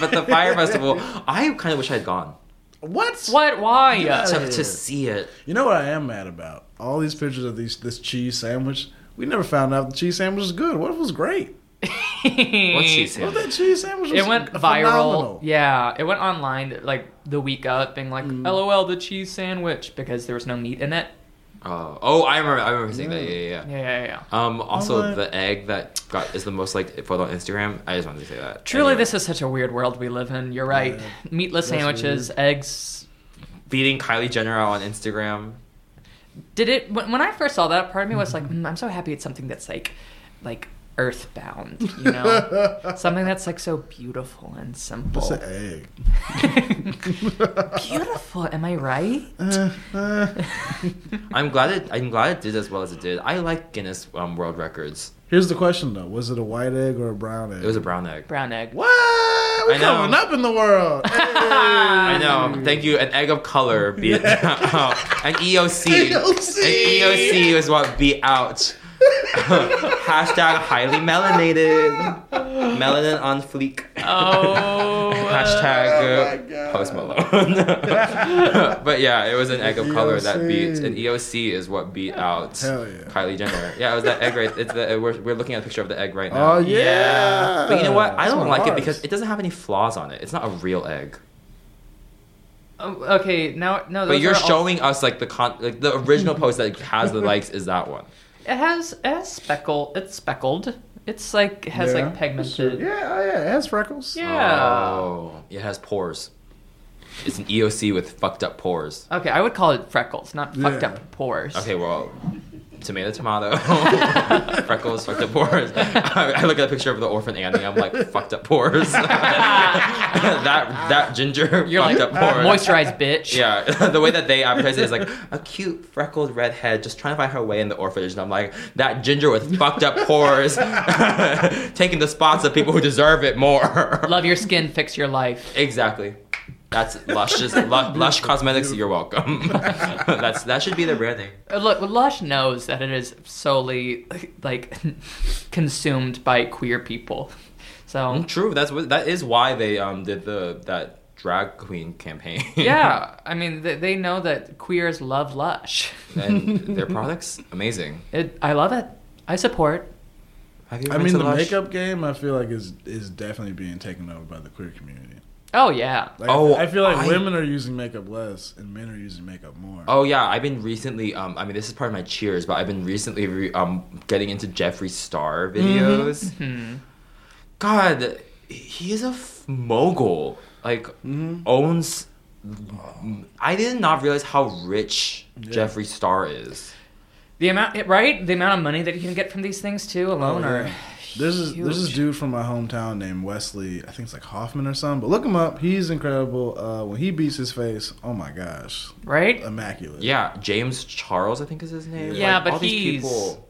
D: but the fire festival, I kind of wish I'd gone
E: What?
C: what? Why?
E: Yeah.
D: to, to see it.
E: You know what I am mad about? All these pictures of these this cheese sandwich. We never found out the cheese sandwich was good. What if it was great?
D: What's she saying?
E: What if that cheese sandwich was
C: It went
E: phenomenal?
C: viral. Yeah, it went online like the week up, being like, "LOL, the cheese sandwich," because there was no meat in it.
D: Oh, oh, I remember. I remember seeing that. Yeah, yeah. yeah.
C: Yeah, yeah, yeah.
D: Um, also,
E: Alright.
D: the egg that got is the most liked photo on Instagram. I just wanted to say that.
C: Truly,
D: Anyway,
C: this is such a weird world we live in. You're right.
E: Yeah.
C: Meatless
E: That's
C: sandwiches, eggs.
D: beating Kylie Jenner out on Instagram.
C: Did it? When, when I first saw that, part of me was like, mm, "I'm so happy it's something that's like, like earthbound, you know, something that's like so beautiful and
E: It's
C: simple."
E: an egg.
C: beautiful. Am I right?
E: Uh, uh.
D: I'm glad it. I'm glad it did as well as it did. I like Guinness um, World Records.
E: Here's the question though: Was it a white egg or a brown egg?
D: It was a brown egg.
C: Brown egg.
E: What? We
D: I know.
E: coming up in the world. Hey.
D: I know. Thank you. An egg of color beat out. An E EOC.
E: EOC.
D: An EOC is what beat out. Hashtag highly melanated. Melanin on fleek.
C: Oh.
E: Oh my
D: Hashtag uh,
E: God.
D: Post Malone. but yeah, it was an egg of color that beat. An EOC is what beat out
E: E Hell yeah.
D: Kylie Jenner. Yeah, it was that egg right. It's the, we're, we're looking at a picture of the egg right now.
E: Oh yeah.
D: But you know what? I
E: That's
D: don't
E: one of
D: like it
E: ours.
D: because it doesn't have any flaws on it. It's not a real egg.
C: Oh, okay, now no.
D: But
C: those
D: you're
C: are all-
D: showing us like the con, like the original post that has the likes is that one.
C: It has it has speckle. It's speckled. It's like it has
E: Yeah,
C: like
E: that's true.
C: pigmented.
E: Yeah, oh, yeah, it has freckles.
C: Yeah.
D: Oh, it has pores. It's an EOC with fucked up pores.
C: Okay, I would call it freckles, not fucked
E: Yeah.
C: up pores.
D: Okay, well, tomato, tomato. Freckles, fucked up pores. I, I look at a picture of the orphan Annie. I'm like, fucked up pores. that that ginger
C: You're
D: fucked
C: like
D: up pores.
C: moisturized bitch.
D: Yeah, the way that they advertise it is like a cute freckled redhead just trying to find her way in the orphanage, and I'm like that ginger with fucked up pores, taking the spots of people who deserve it more.
C: Love your skin, fix your life.
D: Exactly. That's lush. Just, lu- lush cosmetics. You're welcome. That's that should be the brand name.
C: Uh, Look, Lush knows that it is solely like consumed by queer people. So
D: True. That's what. That is why they um did the that drag queen campaign.
C: yeah, I mean they, they know that queers love Lush.
D: and their products amazing.
C: It, I love it. I support.
D: Have you?
E: I
D: been
E: mean,
D: to
E: the
D: Lush?
E: makeup game, I feel like is is definitely being taken over by the queer community.
C: Oh yeah.
E: Like,
D: Oh,
E: I feel like
D: I-
E: women are using makeup less and men are using makeup more.
D: Oh yeah, I've been recently. Um, I mean, this is part of my cheers, but I've been recently re- um getting into Jeffree Star
C: Mm-hmm.
D: videos. God, he's a f- mogul. Like
E: Mm-hmm.
D: owns. I did not realize how rich Jeffree Star is.
C: The amount it- right? The amount of money that you can get from these things too alone
E: Oh,
C: are
E: yeah. There's this, there's this
C: huge.
E: dude from my hometown named Wesley. I think it's like Hoffman or something. But look him up. He's incredible. Uh, when he beats his face, oh my gosh,
C: right?
E: Um, immaculate.
D: Yeah, James Charles, I think is his name.
C: Yeah, but
D: all
C: he's-
D: these people,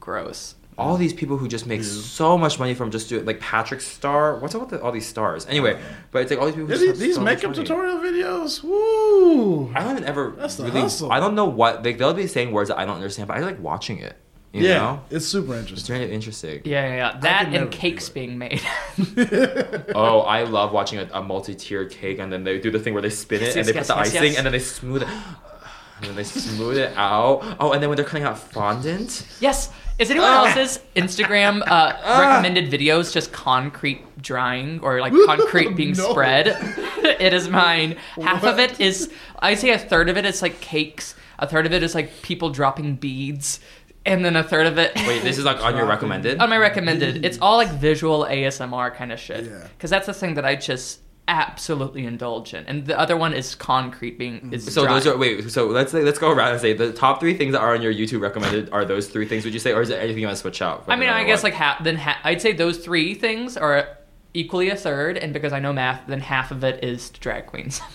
C: Gross.
D: all these people who just make so much money from just doing like Patrick Star. What's up with the, all these stars? Anyway, but it's like all these people. who
E: Is
D: just
E: he-
D: have
E: these
D: so much
E: makeup
D: money.
E: tutorial videos. Woo!
D: I haven't ever
E: That's the
D: really.
E: hustle.
D: I don't know what like they'll be saying words that I don't understand, but I like watching it. You
E: yeah,
D: know,
E: it's super
D: it's
E: interesting.
D: really interesting.
C: Yeah, yeah, yeah. That
E: could never
C: and
E: do
C: cakes
E: it.
C: being made.
D: Oh, I love watching a, a multi-tiered cake, and then they do the thing where they spin it
C: Yes,
D: and they
C: yes,
D: put the
C: yes, yes,
D: icing,
C: yes.
D: and then they smooth it. And then they smooth it out. Oh, and then when they're cutting out fondant,
C: yes. Is anyone
E: Ah.
C: else's Instagram uh, recommended videos just concrete drying or like concrete being
E: No.
C: spread? it is mine. Half of it is, I say a third of it is like cakes, a third of it is like people dropping beads, and then a third of it.
D: wait, this is like on your recommended.
C: on my recommended. It's all like visual ASMR kind of shit.
E: Yeah.
C: Because that's the thing that I just absolutely indulge in. And the other one is concrete being
E: Mm-hmm.
C: is
D: So
C: dry.
D: those are wait. So let's let's go around and say the top three things that are on your YouTube recommended are those three things. Would you say, or is there anything you want to switch out? for
C: I mean,
D: another
C: I guess
D: one?
C: like half. Then ha- I'd say those three things are equally a third. And because I know math, then half of it is drag queens.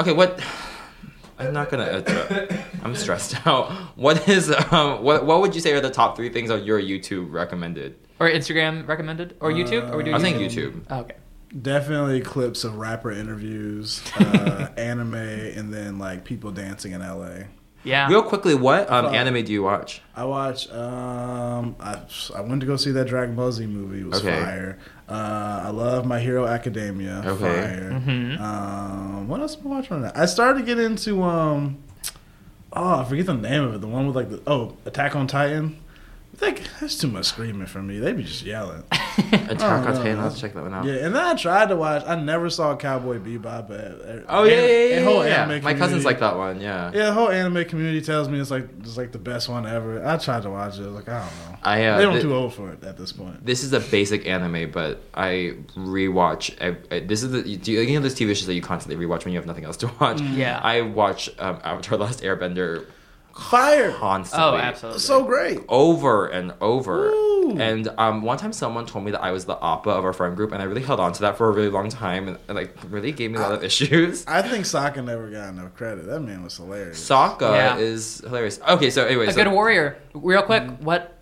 D: Okay, what? I'm not gonna. uh, I'm stressed out. What is um? What What would you say are the top three things on your YouTube recommended?
C: or Instagram recommended,
E: Uh,
C: or YouTube, or we doing
D: I think
C: YouTube?
D: YouTube.
C: Oh, okay.
E: Definitely clips of rapper interviews, uh, anime, and then like people dancing in LA.
C: Yeah.
D: Real quickly, what um
E: Fuck.
D: anime do you watch?
E: I watch. Um, I, I went to go see that Dragon Ball Z movie. It was
D: Okay.
E: fire. Uh, I love My Hero Academia.
D: Okay.
E: Fire. Um, what else am I watching right now? I started to get into um, oh, I forget the name of it. The one with like the oh, Attack on Titan. I think that's too much screaming for me. They be just yelling.
D: Attack on
E: no,
D: Titan.
E: no.
D: Let's check that one out.
E: Yeah, and then I tried to watch. I never saw Cowboy Bebop. But
D: Oh yeah, yeah, yeah.
E: the whole
D: yeah, yeah.
E: anime
D: My cousin's
E: community-
D: like that one. Yeah.
E: Yeah, the whole anime community tells me it's like it's like the best one ever. I tried to watch it. Like I don't know.
D: I uh,
E: they don't
D: thi-
E: too old for it at this point.
D: This is a basic anime, but I rewatch. I, I, this is the do you, you know those TV shows that you constantly rewatch when you have nothing else to watch.
C: Yeah.
D: I watch um, Avatar: Last Airbender
E: Fire,
D: constantly.
C: Oh, absolutely.
E: so great.
D: over and over.
E: Ooh.
D: And um, one time someone told me that I was the oppa of our friend group, and I really held on to that for a really long time, and, and, like really gave me a lot of issues.
E: I think Sokka never got enough credit. That man was hilarious.
D: Sokka
C: Yeah.
D: is hilarious. Okay, so anyway,
C: a
D: so
C: good warrior. Real quick,
E: Mm-hmm.
C: what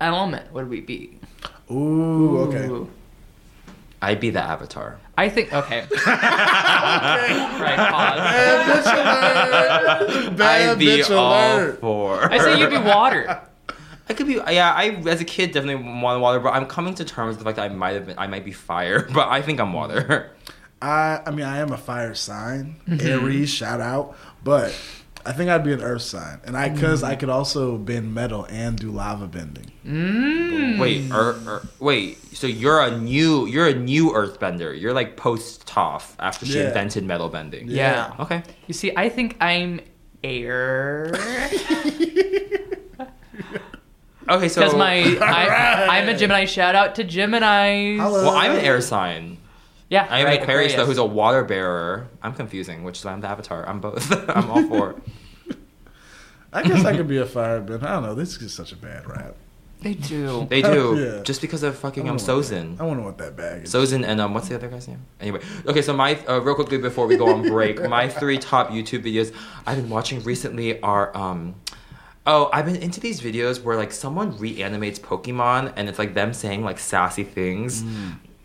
C: element would we be?
E: Ooh, okay.
C: Ooh.
D: I'd be the Avatar.
C: I think okay. Right. Pause.
E: Bad bitch alert. Bad
D: I'd be
E: bitch
D: all
E: alert.
D: for.
C: I say you'd be water.
D: I could be. Yeah, I as a kid definitely wanted water, but I'm coming to terms with the fact that I might have been. I might be fire, but I think I'm water. Mm-hmm.
E: I, I mean, I am a fire sign, Aries. Shout out, but I think I'd be an earth sign, and I because
D: Mm-hmm.
E: I could also bend metal and do lava bending.
C: Hmm.
D: Wait, er, er, wait. So you're a new, you're a new Earthbender. You're like post Toph after she
E: Yeah.
D: invented metal bending.
C: Yeah.
D: Okay.
C: You see, I think I'm air
D: Okay. So
C: because my I, I'm a Gemini. Shout out to Gemini.
E: Hello.
D: Well, I'm an air sign.
C: Yeah,
D: I'm
C: right,
D: an Aquarius, though, who's a water bearer. I'm confusing, which is I'm the avatar. I'm both. I'm all four.
E: I guess I could be a firebender. I don't know. This is such a bad rap.
C: They do.
D: They do
E: Yeah.
D: just because of fucking um,
E: I wouldn't want
D: Sozin.
E: that. I wouldn't want that baggage.
D: Sozin and um, what's the other guy's name? Anyway, okay. So my uh, real quickly before we go on break, my three top YouTube videos I've been watching recently are um. Oh, I've been into these videos where like someone reanimates Pokemon and it's like them saying like sassy things.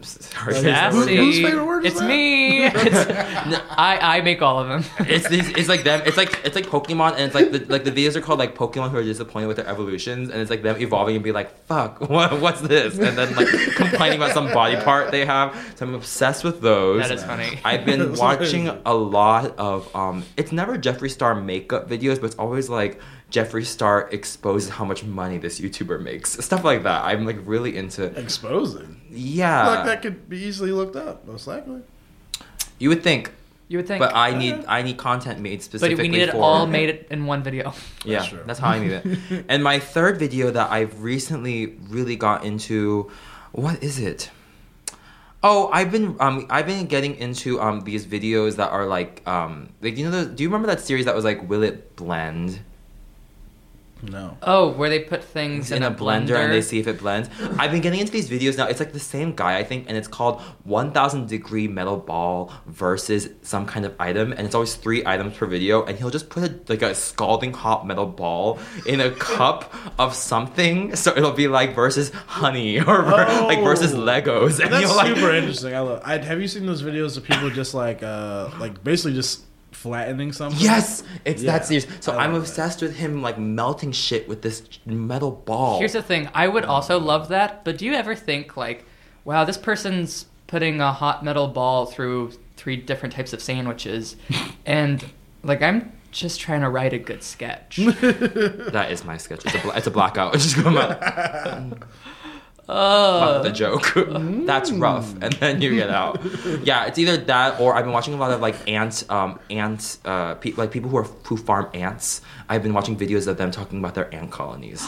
D: Sorry,
E: Like,
D: that's
E: Who-
D: the
C: Sassy.
D: word.
E: whose favorite word is
C: it's
E: that?
C: me. It's-
D: No,
C: I I make all of them.
D: it's these, it's like them. It's like it's like Pokemon, and it's like the like the videos are called like Pokemon who are disappointed with their evolutions, and it's like them evolving and be like, "Fuck, what, what's this?" And then like complaining about some body part they have. So I'm obsessed with those.
C: That is funny.
D: I've been watching a lot of um. It's never Jeffree Star makeup videos, but it's always like Jeffree Star exposes how much money this YouTuber makes, stuff like that. I'm like really into.
E: Exposing.
D: Yeah,
E: like that could be easily looked up, most likely.
D: you would think,
C: You would think.
D: but I need I need content made specifically.
C: uh-huh. But we need it
D: for-
C: all made it in one video.
D: Yeah,
E: true.
D: that's how I knew it. and my third video that I've recently really got into, what is it? Oh, I've been um I've been getting into um these videos that are like um like you know those, do you remember that series that was like will it blend
E: No.
C: Oh, where they put things
D: It's
C: in,
D: in a blender and they see if it blends. I've been getting into these videos now. It's like the same guy I think, and it's called 1000 degree metal ball versus some kind of item, and it's always three items per video. And he'll just put a, like a scalding hot metal ball in a cup of something, so it'll be like versus honey or ver- like versus
E: Oh.
D: Legos. And
E: That's
D: you'll, like,
E: super interesting. I love. I'd, have you seen those videos of people just like, uh, like basically just flattening something?
D: Yes, it's
E: Yeah,
D: that serious. So
E: I
D: I'm
E: love that.
D: obsessed with him like melting shit with this metal ball.
C: Here's the thing. I would also love that, but do you ever think like, wow, this person's putting a hot metal ball through three different types of sandwiches, and like I'm just trying to write a good sketch.
D: that is my sketch. It's a, bla- it's a blackout. It's just come out.
C: Oh,
D: the joke. That's rough, and then you get out. yeah, it's either that or I've been watching a lot of like ant, um, ant, uh, pe- like people who are who farm ants. I've been watching videos of them talking about their ant colonies.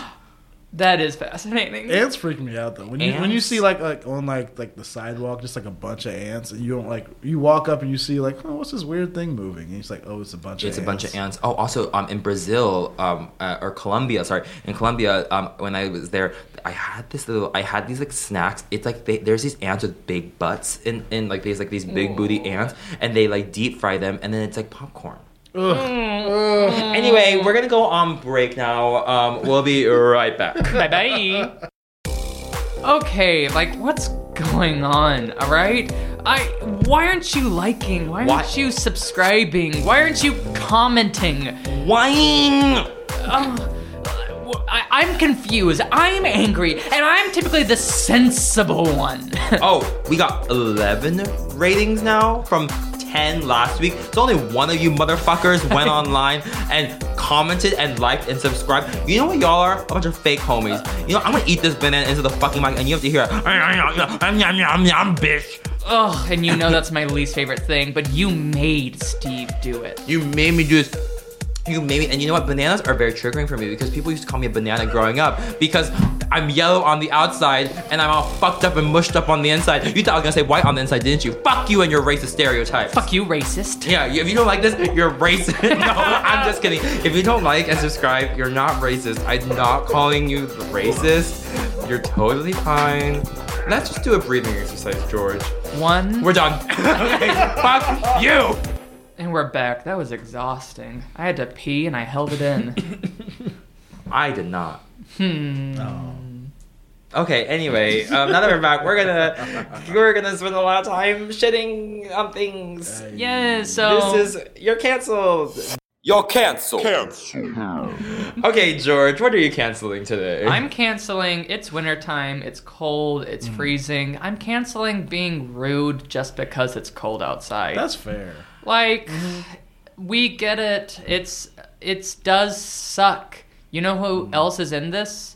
C: that is fascinating.
E: Ants freak me out though. When you when you
D: Ants?
E: see like like on like like the sidewalk, just like a bunch of ants, and you don't like you walk up and you see like, oh, what's this weird thing moving? And it's like, oh, it's a bunch.
D: It's
E: of
D: a bunch of ants. Oh, also um, in Brazil, um, uh, or Colombia, sorry, in Colombia, um, when I was there, I had this little, I had these like snacks. It's like they, there's these ants with big butts, and and like these like these big booty ants, and they like deep fry them, and then it's like popcorn.
E: Ugh. Ugh.
D: Anyway, we're gonna go on break now. Um, we'll be right back.
C: Bye bye. Okay, like what's going on? All right. I. Why aren't you liking? Why aren't
D: Why-
C: you subscribing? Why aren't you commenting?
D: Whine!
C: Um, I, I'm confused. I'm angry, and I'm typically the sensible one.
D: Oh, we got 11 ratings now from 10 last week. So only one of you motherfuckers went online and commented and liked and subscribed. You know what y'all are? A bunch of fake homies. You know, I'm gonna eat this banana into the fucking mic and you have to hear, I'm yum yum yum bitch.
C: Ugh, and you know that's my least favorite thing, but you made Steve do it.
D: You made me do this. You made me, and you know what? Bananas are very triggering for me because people used to call me a banana growing up because I'm yellow on the outside and I'm all fucked up and mushed up on the inside. You thought I was gonna say white on the inside, didn't you? Fuck you and your racist stereotypes.
C: Fuck you, racist.
D: Yeah, if you don't like this, you're racist. no, I'm just kidding. If you don't like and subscribe, you're not racist. I'm not calling you racist. You're totally fine. Let's just do a breathing exercise, George.
C: One,
D: We're done. Okay, Fuck you.
C: and we're back. That was exhausting. I had to pee, and I held it in.
D: I did not.
C: Mm.
D: Oh. Okay. Anyway, um, now that we're back, we're gonna we're gonna spend a lot of time shitting on things.
C: Uh, yeah. So
D: This is you're canceled. You're canceled. Okay, George, what are you canceling today?
C: I'm canceling. It's wintertime. It's cold. It's
D: Mm.
C: freezing. I'm canceling being rude just because it's cold outside.
E: That's fair.
C: Like, we get it. It's it does suck. You know who else is in this?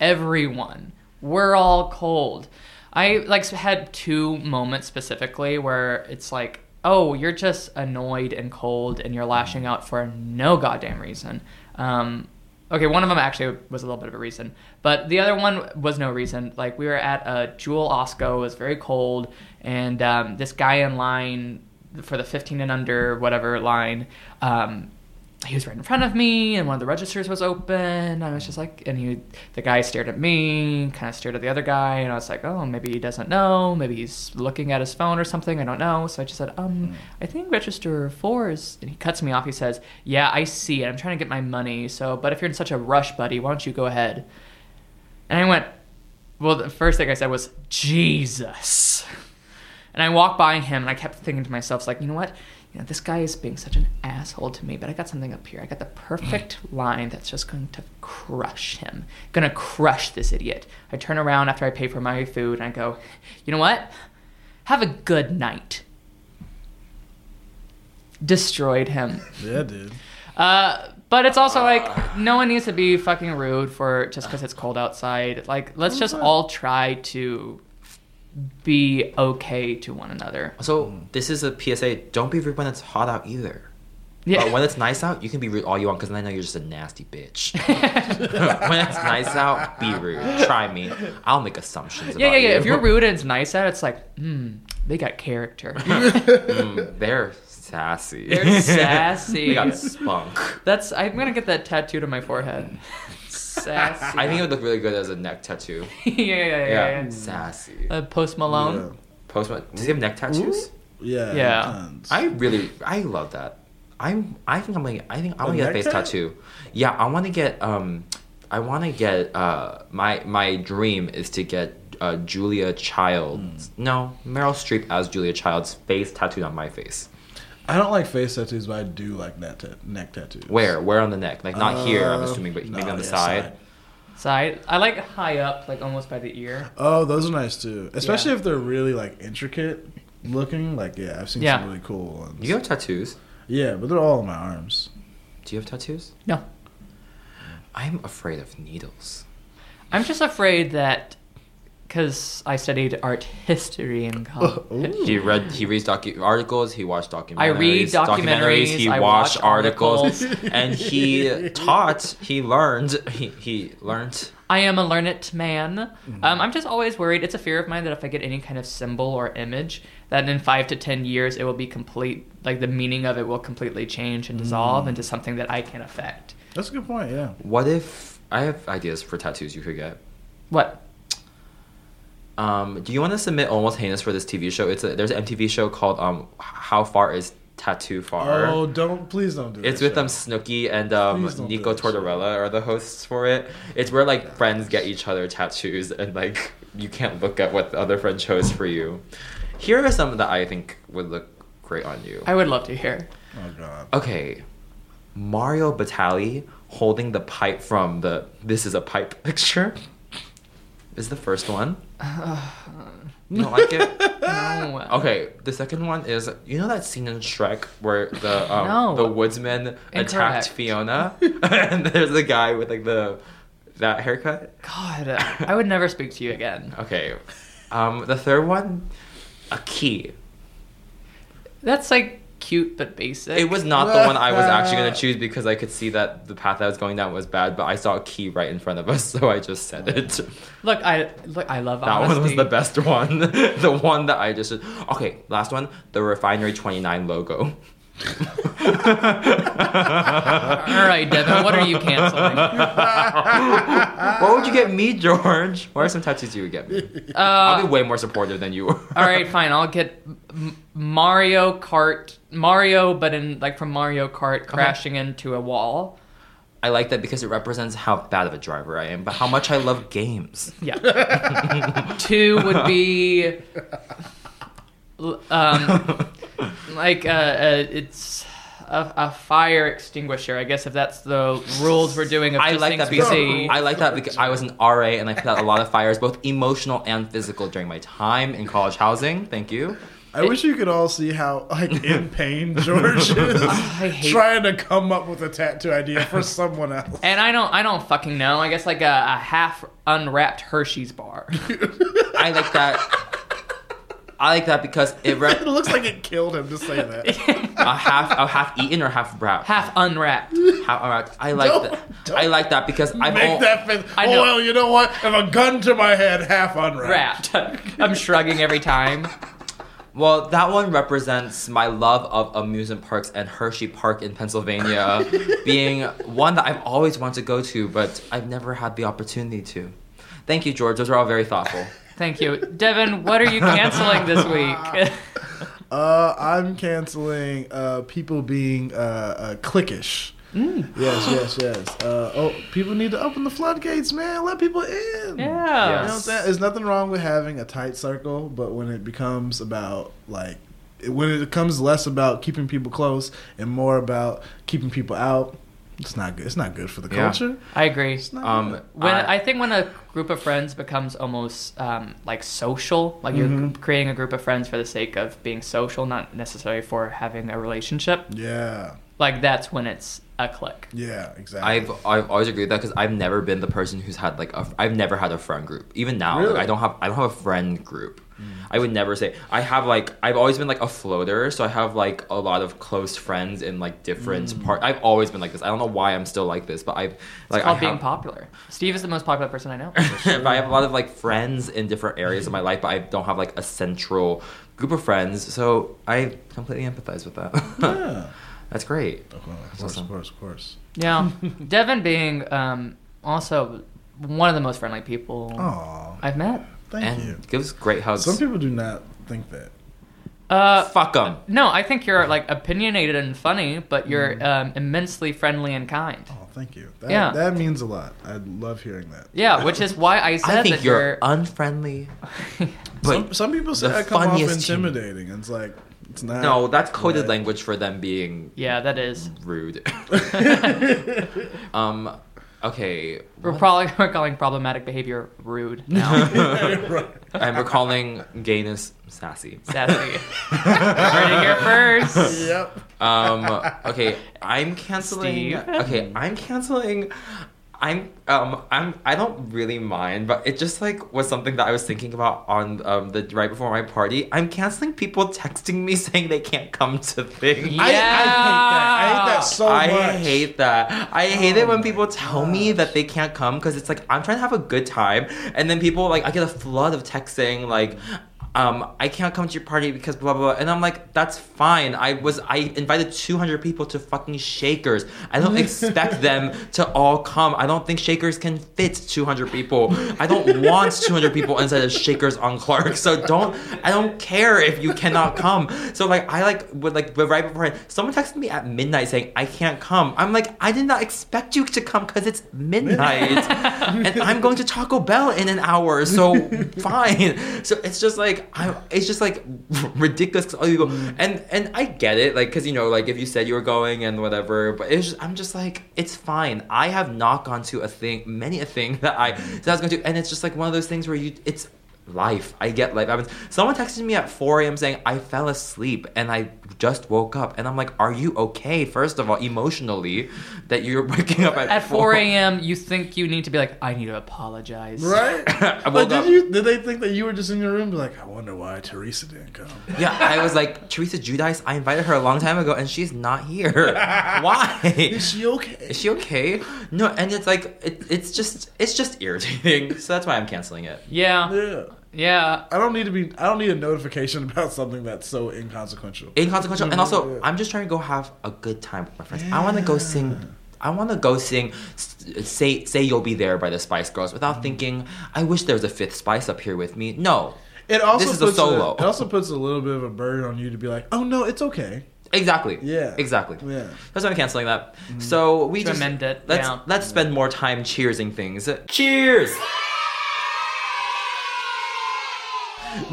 C: Everyone. We're all cold. I like had two moments specifically where it's like, oh, you're just annoyed and cold, and you're lashing out for no goddamn reason. Um, okay, one of them actually was a little bit of a reason, but the other one was no reason. Like we were at a Jewel Osco, it was very cold, and um, this guy in line for the 15 and under whatever line um, he was right in front of me and one of the registers was open i was just like and he the guy stared at me kind of stared at the other guy and i was like oh maybe he doesn't know maybe he's looking at his phone or something i don't know so i just said um i think register four is and he cuts me off he says yeah i see it i'm trying to get my money so but if you're in such a rush buddy why don't you go ahead and i went well the first thing i said was jesus and I walked by him and I kept thinking to myself, it's like, you know what? You know, this guy is being such an asshole to me, but I got something up here. I got the perfect line that's just going to crush him. Gonna crush this idiot. I turn around after I pay for my food and I go, you know what? Have a good night. Destroyed him.
E: Yeah, dude.
C: Uh, but it's also like no one needs to be fucking rude for just because it's cold outside. Like, let's just all try to be okay to one another.
D: So this is a PSA. Don't be rude when it's hot out either.
C: Yeah.
D: But when it's nice out, you can be rude all you want because then I know you're just a nasty bitch. when it's nice out, be rude. Try me. I'll make assumptions.
C: yeah, yeah,
D: about
C: yeah.
D: You.
C: If you're rude and it's nice at, it, it's like, hmm, they got character.
D: Mm, they're sassy.
C: They're sassy.
D: they got spunk.
C: That's I'm gonna get that tattooed on my forehead. Sassy.
D: I think it would look really good as a neck tattoo.
C: yeah, yeah, yeah. yeah.
D: Sassy.
C: Uh, Post Malone.
D: Post Malone. Does he have neck tattoos?
E: Yeah.
C: Yeah.
E: tons.
D: I really, I love that. I'm. I think I'm like. I think I want to get a face
E: neck tat?
D: tattoo. Yeah, I want to get. Um, I want to get. Uh, my my dream is to get uh, Julia Child's. No, Meryl Streep as Julia Child's face tattooed on my face.
E: I don't like face tattoos, but I do like neck, tat neck tattoos.
D: Where? Where on the neck? Like not here. I'm
E: Uh,
D: assuming, but
E: no,
D: maybe on the
E: yeah,
D: side.
E: side.
C: Side. I like high up, like almost by the ear.
E: Oh, those are nice too. Especially
C: Yeah.
E: if they're really like intricate looking. Like, yeah, I've seen
C: Yeah.
E: some really cool ones.
D: You have tattoos.
E: Yeah, but they're all on my arms.
D: Do you have tattoos?
C: No,
D: I'm afraid of needles.
C: I'm just afraid that because I studied art history in
D: Oh.
C: college.
D: He read. He reads docu- articles. He watched documentaries.
C: I read documentaries,
D: He
C: I
D: watched
C: watch
D: articles, and he taught. He learned. He, he learned.
C: I am a learn it man.
D: Mm-hmm.
C: Um, I'm just always worried. It's a fear of mine that if I get any kind of symbol or image, that in five to ten years it will be complete. Like the meaning of it will completely change and
D: Mm.
C: dissolve into something that I can affect.
E: That's a good point. Yeah.
D: What if I have ideas for tattoos you could get?
C: What?
D: Um, do you want to submit almost heinous for this TV show? It's a, there's an MTV show called um, How Far Is Tattoo Far?
E: Oh, don't please don't do it.
D: It's with um Snooki and um
E: Please don't do
D: Nico
E: that shit.
D: Tortorella are the hosts for it. It's where like friends get each other tattoos and like you can't look at what the other friend chose for you. Here are some that I think would look great on you.
C: I would love to hear.
E: Oh god.
D: Okay. Mario Batali holding the pipe from the This Is a Pipe picture is the first one. You don't like it?
C: No.
D: Okay, the second one is you know that scene in Shrek where the um,
C: No.
D: the woodsman
C: Incorrect.
D: attacked Fiona, and there's a guy with like the that haircut.
C: God, I would never speak to you again.
D: Okay, um, the third one, a key.
C: That's like cute but basic.
D: It was not the one I was actually gonna choose because I could see that the path I was going down was bad, but I saw a key right in front of us, so I just said it.
C: Look, I look. I love
D: That one was
C: honesty.
D: the best one. the one that I just okay. Last one, the Refinery Twenty Nine logo.
C: All right, Devin. What are you canceling?
D: What would you get me, George? What are some tattoos you would get me? I'll be way more supportive than you were.
C: Uh, All right, fine. I'll get M- Mario Kart, Mario, but in like from Mario Kart crashing into a wall.
D: I like that because it represents how bad of a driver I am, but how much I love games.
C: Yeah. Two would be l- um, like uh, uh, it's a, a fire extinguisher. I guess if that's the rules we're doing of
D: I
C: just
D: like
C: things
D: that because
C: we see.
D: I like that because I was an RA and I put out a lot of fires, both emotional and physical, during my time in college housing. Thank you.
E: I wish you could all see how like in pain George is
C: I hate-
E: trying to come up with a tattoo idea for someone else.
C: And I don't, I don't fucking know. I guess like a, a half unwrapped Hershey's bar.
D: I like that. I like that because it re-
E: it looks like it killed him to say that.
D: a half a half eaten or half wrapped.
C: half unwrapped.
D: Half wrapped. I like
E: Don't-
D: that.
E: don't
D: I like that because I've
E: Make
D: al-
E: that face.
C: I
E: Oh
C: know.
E: well, you know what? I have a gun to my head, half unwrapped.
C: Wrapped. I'm shrugging every time.
D: Well, that one represents my love of amusement parks and Hershey Park in Pennsylvania being one that I've always wanted to go to, but I've never had the opportunity to. Thank you, George. Those are all very thoughtful.
C: Thank you. Devin, what are you canceling this week?
E: Uh, I'm canceling uh, people being uh, uh, cliquish.
C: Mm.
E: Yes, yes, yes. Uh, oh, people need to open the floodgates, man. Let people in. You know what I'm
C: yeah.
D: Yes.
E: saying? There's nothing wrong with having a tight circle, but when it becomes about like it- when it becomes less about keeping people close and more about keeping people out, it's not good. It's not good for the
D: Yeah.
E: culture.
C: I agree.
E: It's not
D: Um,
E: good.
C: When
D: I-
C: I think when a group of friends becomes almost um, like social, like you're
E: Mhm.
D: Mm-hmm.
C: creating a group of friends for the sake of being social, not necessarily for having a relationship.
E: Yeah,
C: Like that's when it's a click.
E: yeah, exactly.
D: I've I've always agreed with that because I've never been the person who's had like a I've never had a friend group. Even now, like,
E: Really?
D: I don't have I don't have a friend group. I would never say I have like I've always been like a floater, so I have like a lot of close friends in like different part. I've always been like this. I don't know why I'm still like this, but I've like
C: It's called
D: I
C: being
D: have-
C: popular. Steve is the most popular person I know.
D: but I have a lot of like friends in different areas of my life, but I don't have like a central group of friends. So I completely empathize with that.
E: yeah,
D: That's great.
E: of course, of course, of course, of course.
C: yeah. Devin being um, also one of the most friendly people
D: Oh.
E: Aw,
C: I've met.
E: thank
D: and
E: you.
D: gives great hugs.
E: Some people do not think that.
C: Uh,
D: Fuck them.
C: No, I think you're like opinionated and funny, but you're
D: Hmm.
C: um, immensely friendly and kind.
E: Oh, thank you. That,
C: Yeah.
E: that means a lot. I love hearing that.
C: Yeah, which is why I said
D: I think
C: that
D: you're,
C: you're.
D: unfriendly.
E: Some,
D: But
E: some people say
D: the
E: I come off
D: funniest team.
E: intimidating. It's like it's not.
D: no, that's coded
E: Right.
D: language for them being
C: yeah, that is.
D: rude. um, okay.
C: We're probably we're calling problematic behavior rude now.
E: Right.
D: And we're calling gayness sassy.
C: Sassy. Heard it here first.
E: Yep.
D: Um, okay, I'm
C: Steve?
D: canceling. Okay, I'm canceling. I'm um I'm I don't really mind, but it just like was something that I was thinking about on um the right before my party. I'm canceling people texting me saying they can't come to things.
E: I, I hate that. I hate
C: Yeah.
E: that so
D: I
E: much. Oh
D: hate that. I hate it when people tell me
E: gosh.
D: that they can't come because it's like I'm trying to have a good time, and then people like I get a flood of texting like, um, I can't come to your party because blah blah, blah. and I'm like that's fine. I was I invited 200 people to fucking Shakers. I don't expect them to all come. I don't think Shakers can fit 200 people. I don't want 200 people inside of Shakers on Clark. So don't. I don't care if you cannot come. So like I like would like but right before someone texted me at midnight saying I can't come. I'm like I did not expect you to come because it's midnight and I'm going to Taco Bell in an hour. So fine. So it's just like I it's just like ridiculous. 'cause All you go and and I get it like because you know like if you said you were going and whatever, but it's just, I'm just like it's fine. I have not gone to a thing many a thing that I that I was going to and it's just like one of those things where you it's life. I get life happens. Someone texted me at 4 a.m. saying, I fell asleep and I just woke up. And I'm like, are you okay, first of all, emotionally, that you're waking up at,
C: At 4 a.m., you think you need to be like, I need to apologize.
E: Right?
D: I
E: Like,
D: woke
E: did
D: up.
E: you? Did they think that you were just in your room? Be like, I wonder why Teresa didn't come.
D: Yeah, I was like, Teresa Judice, I invited her a long time ago and she's not here. Why?
E: Is she okay?
D: Is she okay? No, and it's like it, it's just it's just irritating. So that's why I'm canceling it.
C: Yeah.
E: Yeah.
C: Yeah.
E: I don't need to be. I don't need a notification about something that's so inconsequential.
D: inconsequential. And also,
E: yeah.
D: I'm just trying to go have a good time with my friends. I want to go sing. I want to go sing S- "Say Say You'll Be There" by the Spice Girls
E: Mm.
D: without thinking. I wish there was a fifth Spice up here with me. No,
E: It also
D: This is a
E: puts
D: solo.
E: it also puts a little bit of a burden on you to be like, oh no, it's okay.
D: exactly.
E: Yeah.
D: exactly.
E: Yeah.
D: That's why I'm canceling that. So we
C: Mm. To
D: just
C: amend it,
D: Let's
C: yeah.
D: let's spend more time cheersing things. Cheers.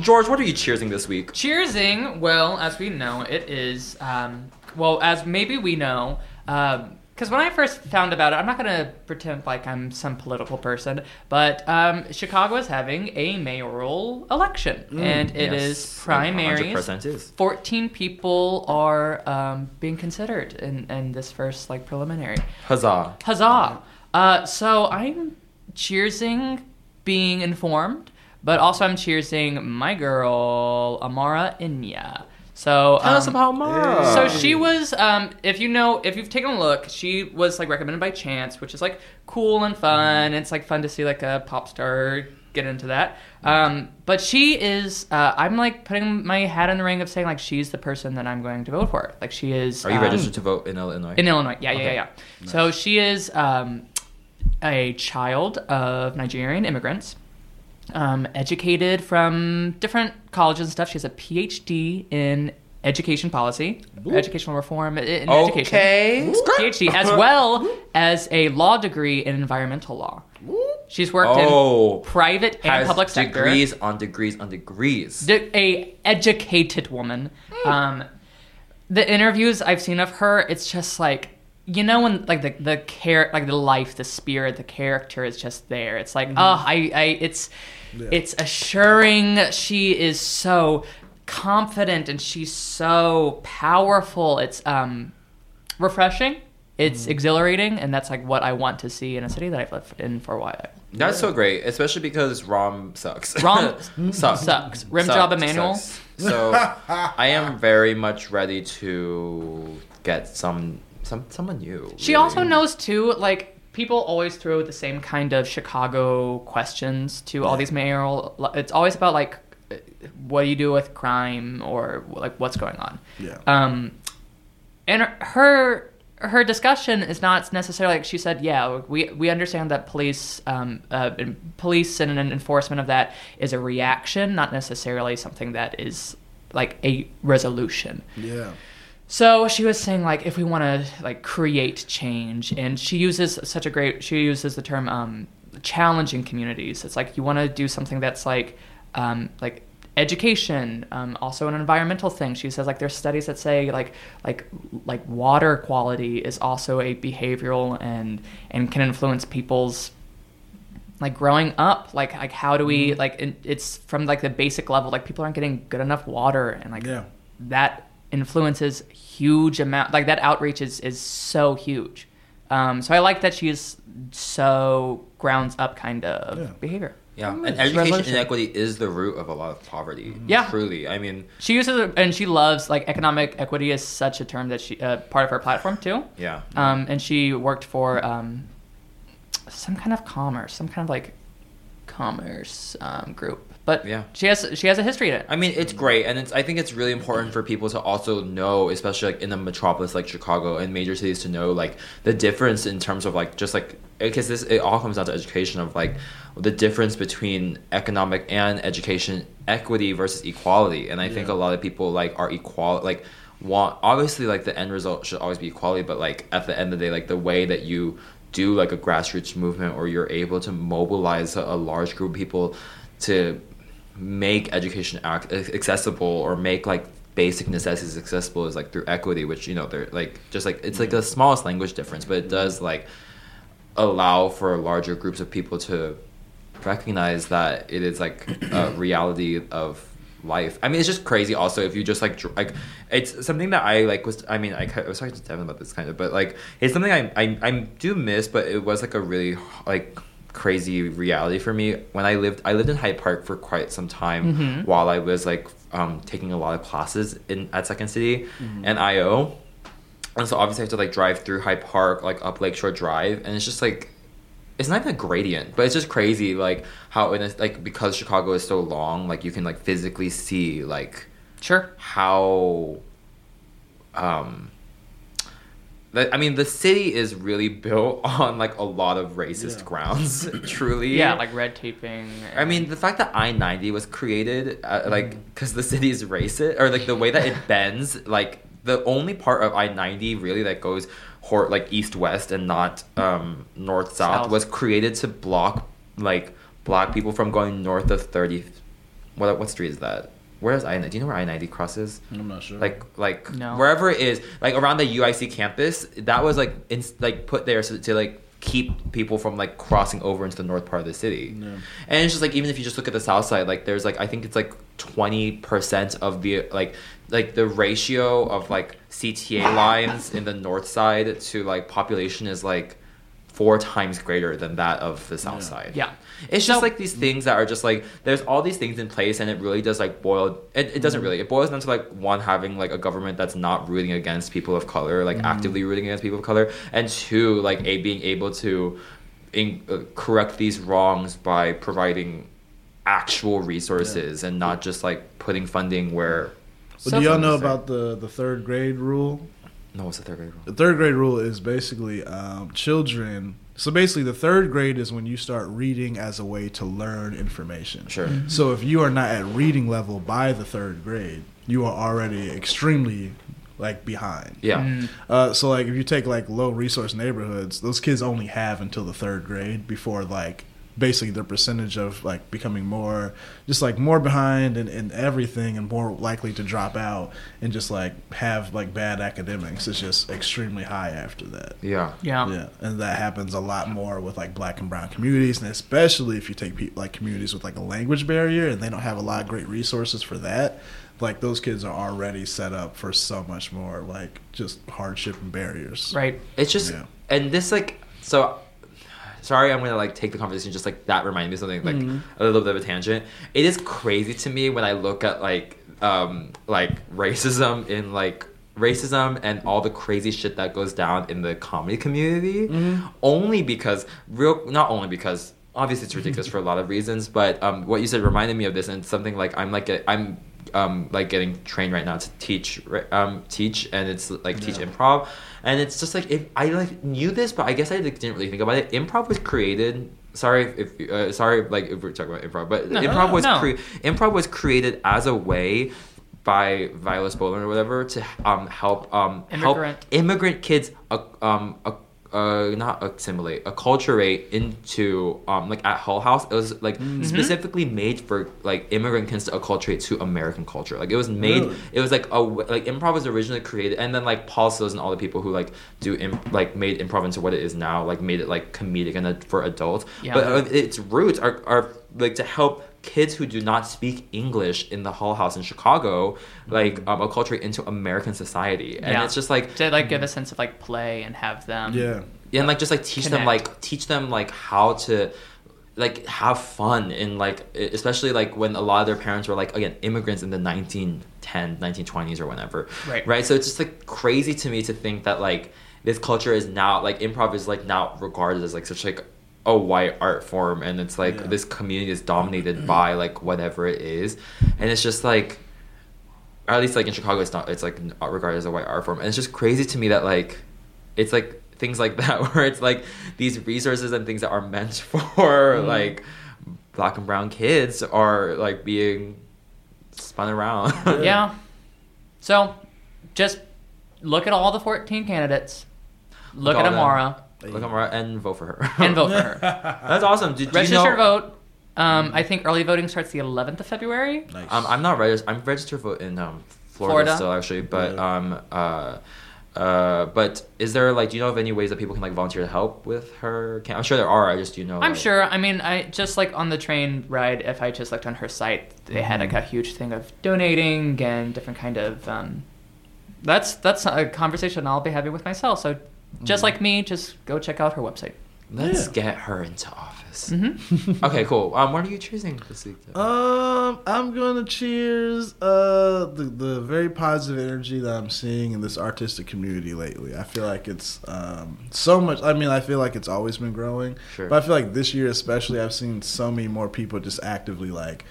D: George, what are you cheersing this week?
C: Cheersing, well, as we know, it is, um, well, as maybe we know, um, Because when I first found about it, I'm not going to pretend like I'm some political person, but um, Chicago is having a mayoral election, and it is
D: Yes,
C: primaries.
D: 100% is.
C: 14 people are um, being considered in, in this first like preliminary.
D: Huzzah.
C: Huzzah! Uh, so I'm cheersing being informed, but also I'm cheersing my girl, Amara Inya. So
D: Tell us
C: um,
D: about Mara.
C: so she was, um, if you know, if you've taken a look, she was like recommended by Chance, which is like cool and fun.
D: Mm-hmm.
C: It's like fun to see like a pop star get into that. Um, but she is, uh, I'm like putting my hat in the ring of saying like she's the person that I'm going to vote for. Like she is.
D: Are you
C: um,
D: registered to vote in Illinois?
C: in Illinois? Yeah, yeah, yeah.
D: Okay.
C: yeah. So she is um, a child of Nigerian immigrants. Um, educated from different colleges and stuff. She has a PhD in education policy, educational reform i- in
D: Okay.
C: education. PhD, as well as a law degree in environmental law. She's worked
D: Oh.
C: in private and
D: Has
C: public sector.
D: degrees on degrees on degrees.
C: D- a educated woman.
D: Hmm.
C: Um, the interviews I've seen of her, it's just like you know when like the the care like the life, the spirit, the character is just there. It's
D: Mm-hmm.
C: like oh, I, I it's it's assuring. She is so confident and she's so powerful. It's um refreshing. It's
D: Mm-hmm.
C: exhilarating, and that's like what I want to see in a city that I've lived in for a while.
D: That's so great, especially because Rom sucks.
C: Rom
D: sucks.
C: sucks. Rim
D: Oh. Sucks,
C: job Emmanuel.
D: sucks. So I am very much ready to get some some someone new.
C: She
D: really.
C: also knows too, like people always throw the same kind of Chicago questions to all these mayoral. It's always about like, uh, what do you do with crime or like what's going on.
E: Yeah.
C: Um, and her her discussion is not necessarily like she said. Yeah, we we understand that police um uh, and police and an enforcement of that is a reaction, not necessarily something that is like a resolution.
E: Yeah.
C: So she was saying like if we want to like create change, and she uses such a great she uses the term um, challenging communities. It's like you want to do something that's like um, like education, um, also an environmental thing. She says like there's studies that say like like like water quality is also a behavioral and and can influence people's like growing up like like how do we like it, it's from like the basic level like people aren't getting good enough water and like
E: Yeah.
C: that influences huge amount like that outreach is is so huge um so i like that she's so grounds up kind of
E: Yeah.
C: behavior
D: Yeah, and
C: it's
D: education
C: revolution.
D: inequity is the root of a lot of poverty.
C: Yeah.
D: truly. I mean,
C: she uses it and she loves like economic equity is such a term that she uh, part of her platform too
D: yeah.
C: um and she worked for um some kind of commerce some kind of like commerce um group but
D: Yeah.
C: she has she has a history in it
D: I mean, it's great, and it's. I think it's really important for people to also know, especially like in a metropolis like Chicago and major cities, to know like the difference in terms of like just like because this it all comes down to education of like the difference between economic and education equity versus equality, and I think a lot of people like are equal like want obviously like the end result should always be equality, but like at the end of the day, like the way that you do like a grassroots movement or you're able to mobilize a, a large group of people to make education ac- accessible or make like basic necessities accessible is like through equity which you know they're like just like it's like the smallest language difference but it does like allow for larger groups of people to recognize that it is like a reality of life. I mean, it's just crazy. Also, if you just like dr- like, it's something that I like was. I mean, I, ki- I was talking to Devin about this kind of, but like, it's something I I, I do miss, but it was like a really like crazy reality for me when I lived I lived in Hyde Park for quite some time while I was like um, taking a lot of classes in at Second City and IO. And so obviously I have to like drive through Hyde Park, like up Lakeshore Drive, and it's just like it's not even a gradient, but it's just crazy like how in a, like because Chicago is so long, like you can like physically see like
C: sure
D: how um that, I mean the city is really built on like a lot of racist
E: Yeah.
D: grounds, truly.
C: yeah like red taping
D: I mean, the fact that I ninety was created, uh, like, because the city's racist, or like the way that it bends, like the only part of I ninety really that goes hor- like east west and not um, north south
C: South.
D: was created to block like black people from going north of thirty. What what street is that? Where's I? Do you know where I ninety crosses?
E: I'm not sure.
D: Like like
C: No.
D: wherever it is, like around the UIC campus, that was like in, like put there so, to like keep people from like crossing over into the north part of the city.
E: Yeah.
D: And it's just like even if you just look at the south side, like there's like I think it's like twenty percent of the like like the ratio of like CTA lines in the north side to like population is like four times greater than that of the south
E: Yeah.
D: side.
C: Yeah.
D: It's just
C: So-
D: like these things that are just like there's all these things in place and it really does like boil it, it doesn't really it boils down to like one having like a government that's not rooting against people of color like actively rooting against people of color and two like a being able to in, uh, correct these wrongs by providing actual resources and not just like putting funding where
E: But do y'all know
D: Something.
E: about the the third grade rule?
D: no what's the third grade rule
E: The third grade rule is basically um, children. So basically, the third grade is when you start reading as a way to learn information.
D: sure
E: So if you are not at reading level by the third grade, you are already extremely like behind.
D: yeah
E: Uh, so like if you take like low resource neighborhoods, those kids only have until the third grade before like basically their percentage of like becoming more just like more behind and in everything and more likely to drop out and just like have like bad academics is just extremely high after that.
D: yeah
C: Yeah.
E: Yeah, and that happens a lot more with like black and brown communities, and especially if you take people like communities with like a language barrier and they don't have a lot of great resources for that. Like those kids are already set up for so much more like just hardship and barriers.
C: Right.
D: It's just
E: Yeah.
D: and this like so sorry I'm gonna like take the conversation just like that reminded me of something like a little bit of a tangent. It is crazy to me when I look at like um like racism in like racism and all the crazy shit that goes down in the comedy community only because real not only because obviously it's ridiculous for a lot of reasons but um what you said reminded me of this and it's something like I'm like a, I'm um, like getting trained right now to teach ri- um, teach and it's like teach
E: Yeah.
D: improv and it's just like if i like knew this but i guess i like, didn't really think about it improv was created sorry if, if uh, sorry like if we're talking about improv but
C: No,
D: improv
C: no,
D: was
C: no.
D: cre- improv was created as a way by Viola Spolin or whatever to um, help um,
C: Immigrant.
D: help immigrant kids uh, um, uh, uh, not assimilate acculturate into um, like at Hull House it was like
C: Mm-hmm.
D: specifically made for like immigrant kids to acculturate to American culture like it was made
E: Really?
D: it was like a w- like improv was originally created and then like Paul Sills and all the people who like do imp- like made improv into what it is now like made it like comedic and uh, for adults
C: Yeah.
D: but uh, its roots are, are like to help kids who do not speak English in the Hull House in Chicago like um, acculturate into American society and
C: Mm-hmm. Yeah.
D: it's just like
C: To like give a sense of like play and have them.
E: Yeah.
D: and like just like teach them
C: Connect.
D: like teach them like how to like have fun in like e- especially like when a lot of their parents were like again immigrants in the 1910 1920s or whenever
C: Right.
D: right so it's just like crazy to me to think that like this culture is now like improv is like now regarded as like such like a white art form and it's like
E: Yeah.
D: this community is dominated by like whatever it is and it's just like or at least like in Chicago, it's not. It's like not regarded as a white art form, and it's just crazy to me that like, it's like things like that where it's like these resources and things that are meant for like black and brown kids are like being spun around.
C: Yeah. So, just look at all the 14 candidates. Look, at
D: all them.
C: Amara
D: Look at her and vote for her.
C: and vote for her.
D: That's awesome. Did
C: Register
D: you know?
C: your vote. Um, I think early voting starts the 11th of February.
E: Nice.
D: Um, I'm not registered. I'm registered for in um,
C: Florida?
D: Florida, still actually, but
E: Yeah.
D: um uh. Uh, but is there like do you know of any ways that people can like volunteer to help with her? Can- I'm sure there are. I just do you know.
C: I'm
D: like-
C: sure. I mean, I just like on the train ride, if I just looked on her site, they had like a huge thing of donating and different kind of. Um, that's that's a conversation I'll be having with myself. So, just like me, just go check out her website.
D: Let's
E: Yeah. Mm-hmm.
D: get her into office. okay, cool. Um, what are you choosing this week? Though?
E: Um, I'm gonna cheers uh the, the very positive energy that I'm seeing in this artistic community lately. I feel like it's um so much. I mean, I feel like it's always been growing,
D: Sure.
E: but I feel like this year especially, I've seen so many more people just actively like,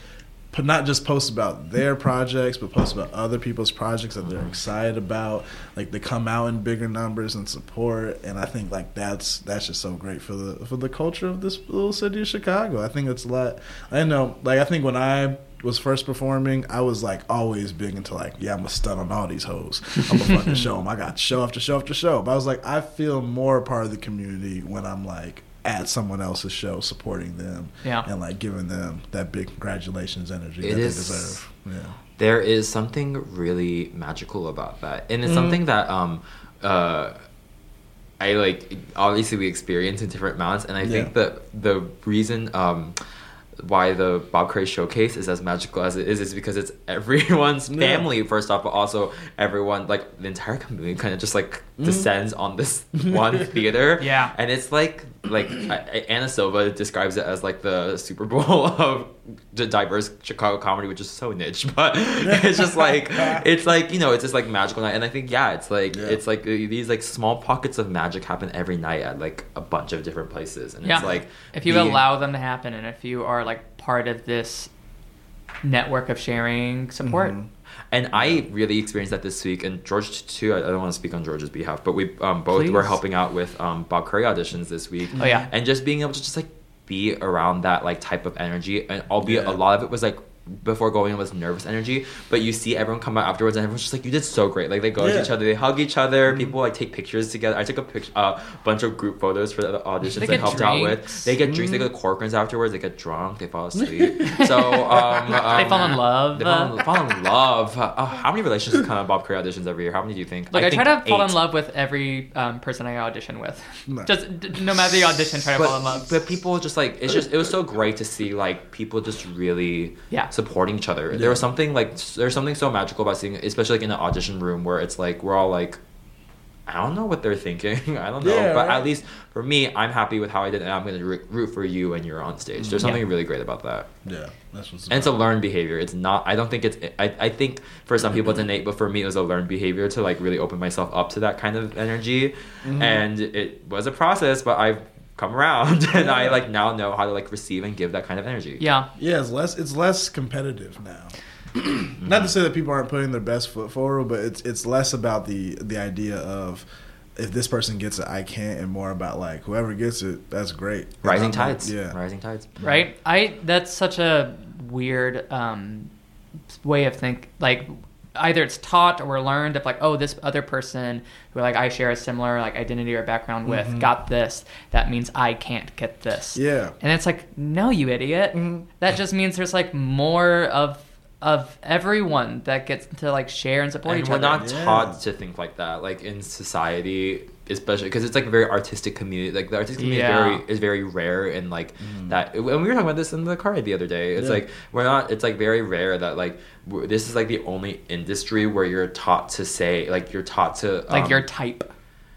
E: but not just post about their projects, but post about other people's projects that they're excited about. Like they come out in bigger numbers and support, and I think like that's that's just so great for the for the culture of this little city of Chicago. I think it's a lot. I know, like I think when I was first performing, I was like always big into like, yeah, I'm gonna stun on all these hoes. I'm gonna fucking show them. I got show after show after show. But I was like, I feel more a part of the community when I'm like at someone else's show, supporting them,
C: Yeah.
E: and like giving them that big congratulations energy
D: It
E: that
D: is-
E: they deserve. Yeah,
D: there is something really magical about that, and
E: Mm.
D: it's something that um, uh, I like. Obviously, we experience in different amounts, and I think
E: Yeah.
D: that the reason. Um, why the Bob Cray showcase is as magical as it is is because it's everyone's
E: Yeah.
D: family first off, but also everyone like the entire community kind of just like
E: Mm.
D: descends on this one theater.
C: Yeah.
D: and it's like like I- I- Anna Silva describes it as like the Super Bowl of the diverse Chicago comedy, which is so niche, but it's just like it's like you know it's just like magical night, and I think yeah, it's like
E: Yeah.
D: it's like uh, these like small pockets of magic happen every night at like a bunch of different places, and
C: Yeah.
D: it's like
C: if you
D: being-
C: allow them to happen and if you are like part of this network of sharing support.
D: Mm-hmm. And I really experienced that this week, and George too. I I don't want to speak on George's behalf, but we um, both were
C: Please.
D: helping out with um, Bob Curry auditions this week.
C: Oh, yeah.
D: and just being able to just like be around that like type of energy, and albeit
E: Yeah.
D: a lot of it was like before going in was nervous energy, but you see everyone come out afterwards, and everyone's just like, "You did so great!" Like they go to
E: Yeah.
D: each other, they hug each other.
C: Mm-hmm.
D: People like take pictures together. I took a picture, a bunch of group photos for the auditions
C: They
D: I
C: get
D: helped out with.
C: drinks. Mm.
D: They get drinks, they go to Corcoran's afterwards. They get drunk, they fall asleep. so um, um,
C: fall in love.
D: They fall in, fall in love. Oh, how many relationships come out of Bob Curry auditions every year? How many do you think?
C: Look, I,
D: think
C: try to fall
D: eight.
C: in love with every um, person I audition with.
E: No.
C: Just d- no matter the audition, try to fall in
D: But,
C: love.
D: but people just like it's just it was so great to see like people just really
C: Yeah.
D: supporting each other. There was something like s- there's something so magical about seeing, especially like in an audition room where it's like we're all like, I don't know what they're thinking. I don't know,
E: Yeah,
D: but
E: right.
D: at least for me, I'm happy with how I did, and I'm gonna root, root for you when you're on stage. There's
C: Yeah.
D: something really great about that.
E: Yeah, that's what's.
D: And it's a learned behavior. It's not. I don't think it's. I, I think for some people it's innate, but for me it was a learned behavior to like really open myself up to that kind of energy, and it was a process. But I've come around, and I like now know how to like receive and give that kind of energy.
C: yeah.
E: Yeah, it's less it's less competitive now. Not to say that people aren't putting their best foot forward, but it's it's less about the the idea of if this person gets it, I can't, and more about like whoever gets it, that's great. And
D: Rising
E: I'm like,
D: tides.
E: Yeah,
D: Rising tides.
C: right i that's such a weird um way of think like either it's taught or learned of like oh this other person who like i share a similar like identity or background with
D: Mm-hmm.
C: got this that means i can't get this
E: Yeah.
C: and it's like no you idiot that just means there's like more of of everyone that gets to like share and support
D: and
C: each
D: we're
C: other
D: not
E: Yeah.
D: taught to think like that like in society especially because it's like a very artistic community like the artistic community
C: Yeah.
D: is very is very rare and like that and we were talking about this in the car the other day it's
E: Mm. Yeah.
D: like we're not it's like very rare that like w- this is like the only industry where you're taught to say like you're taught to
C: like
D: um,
C: your type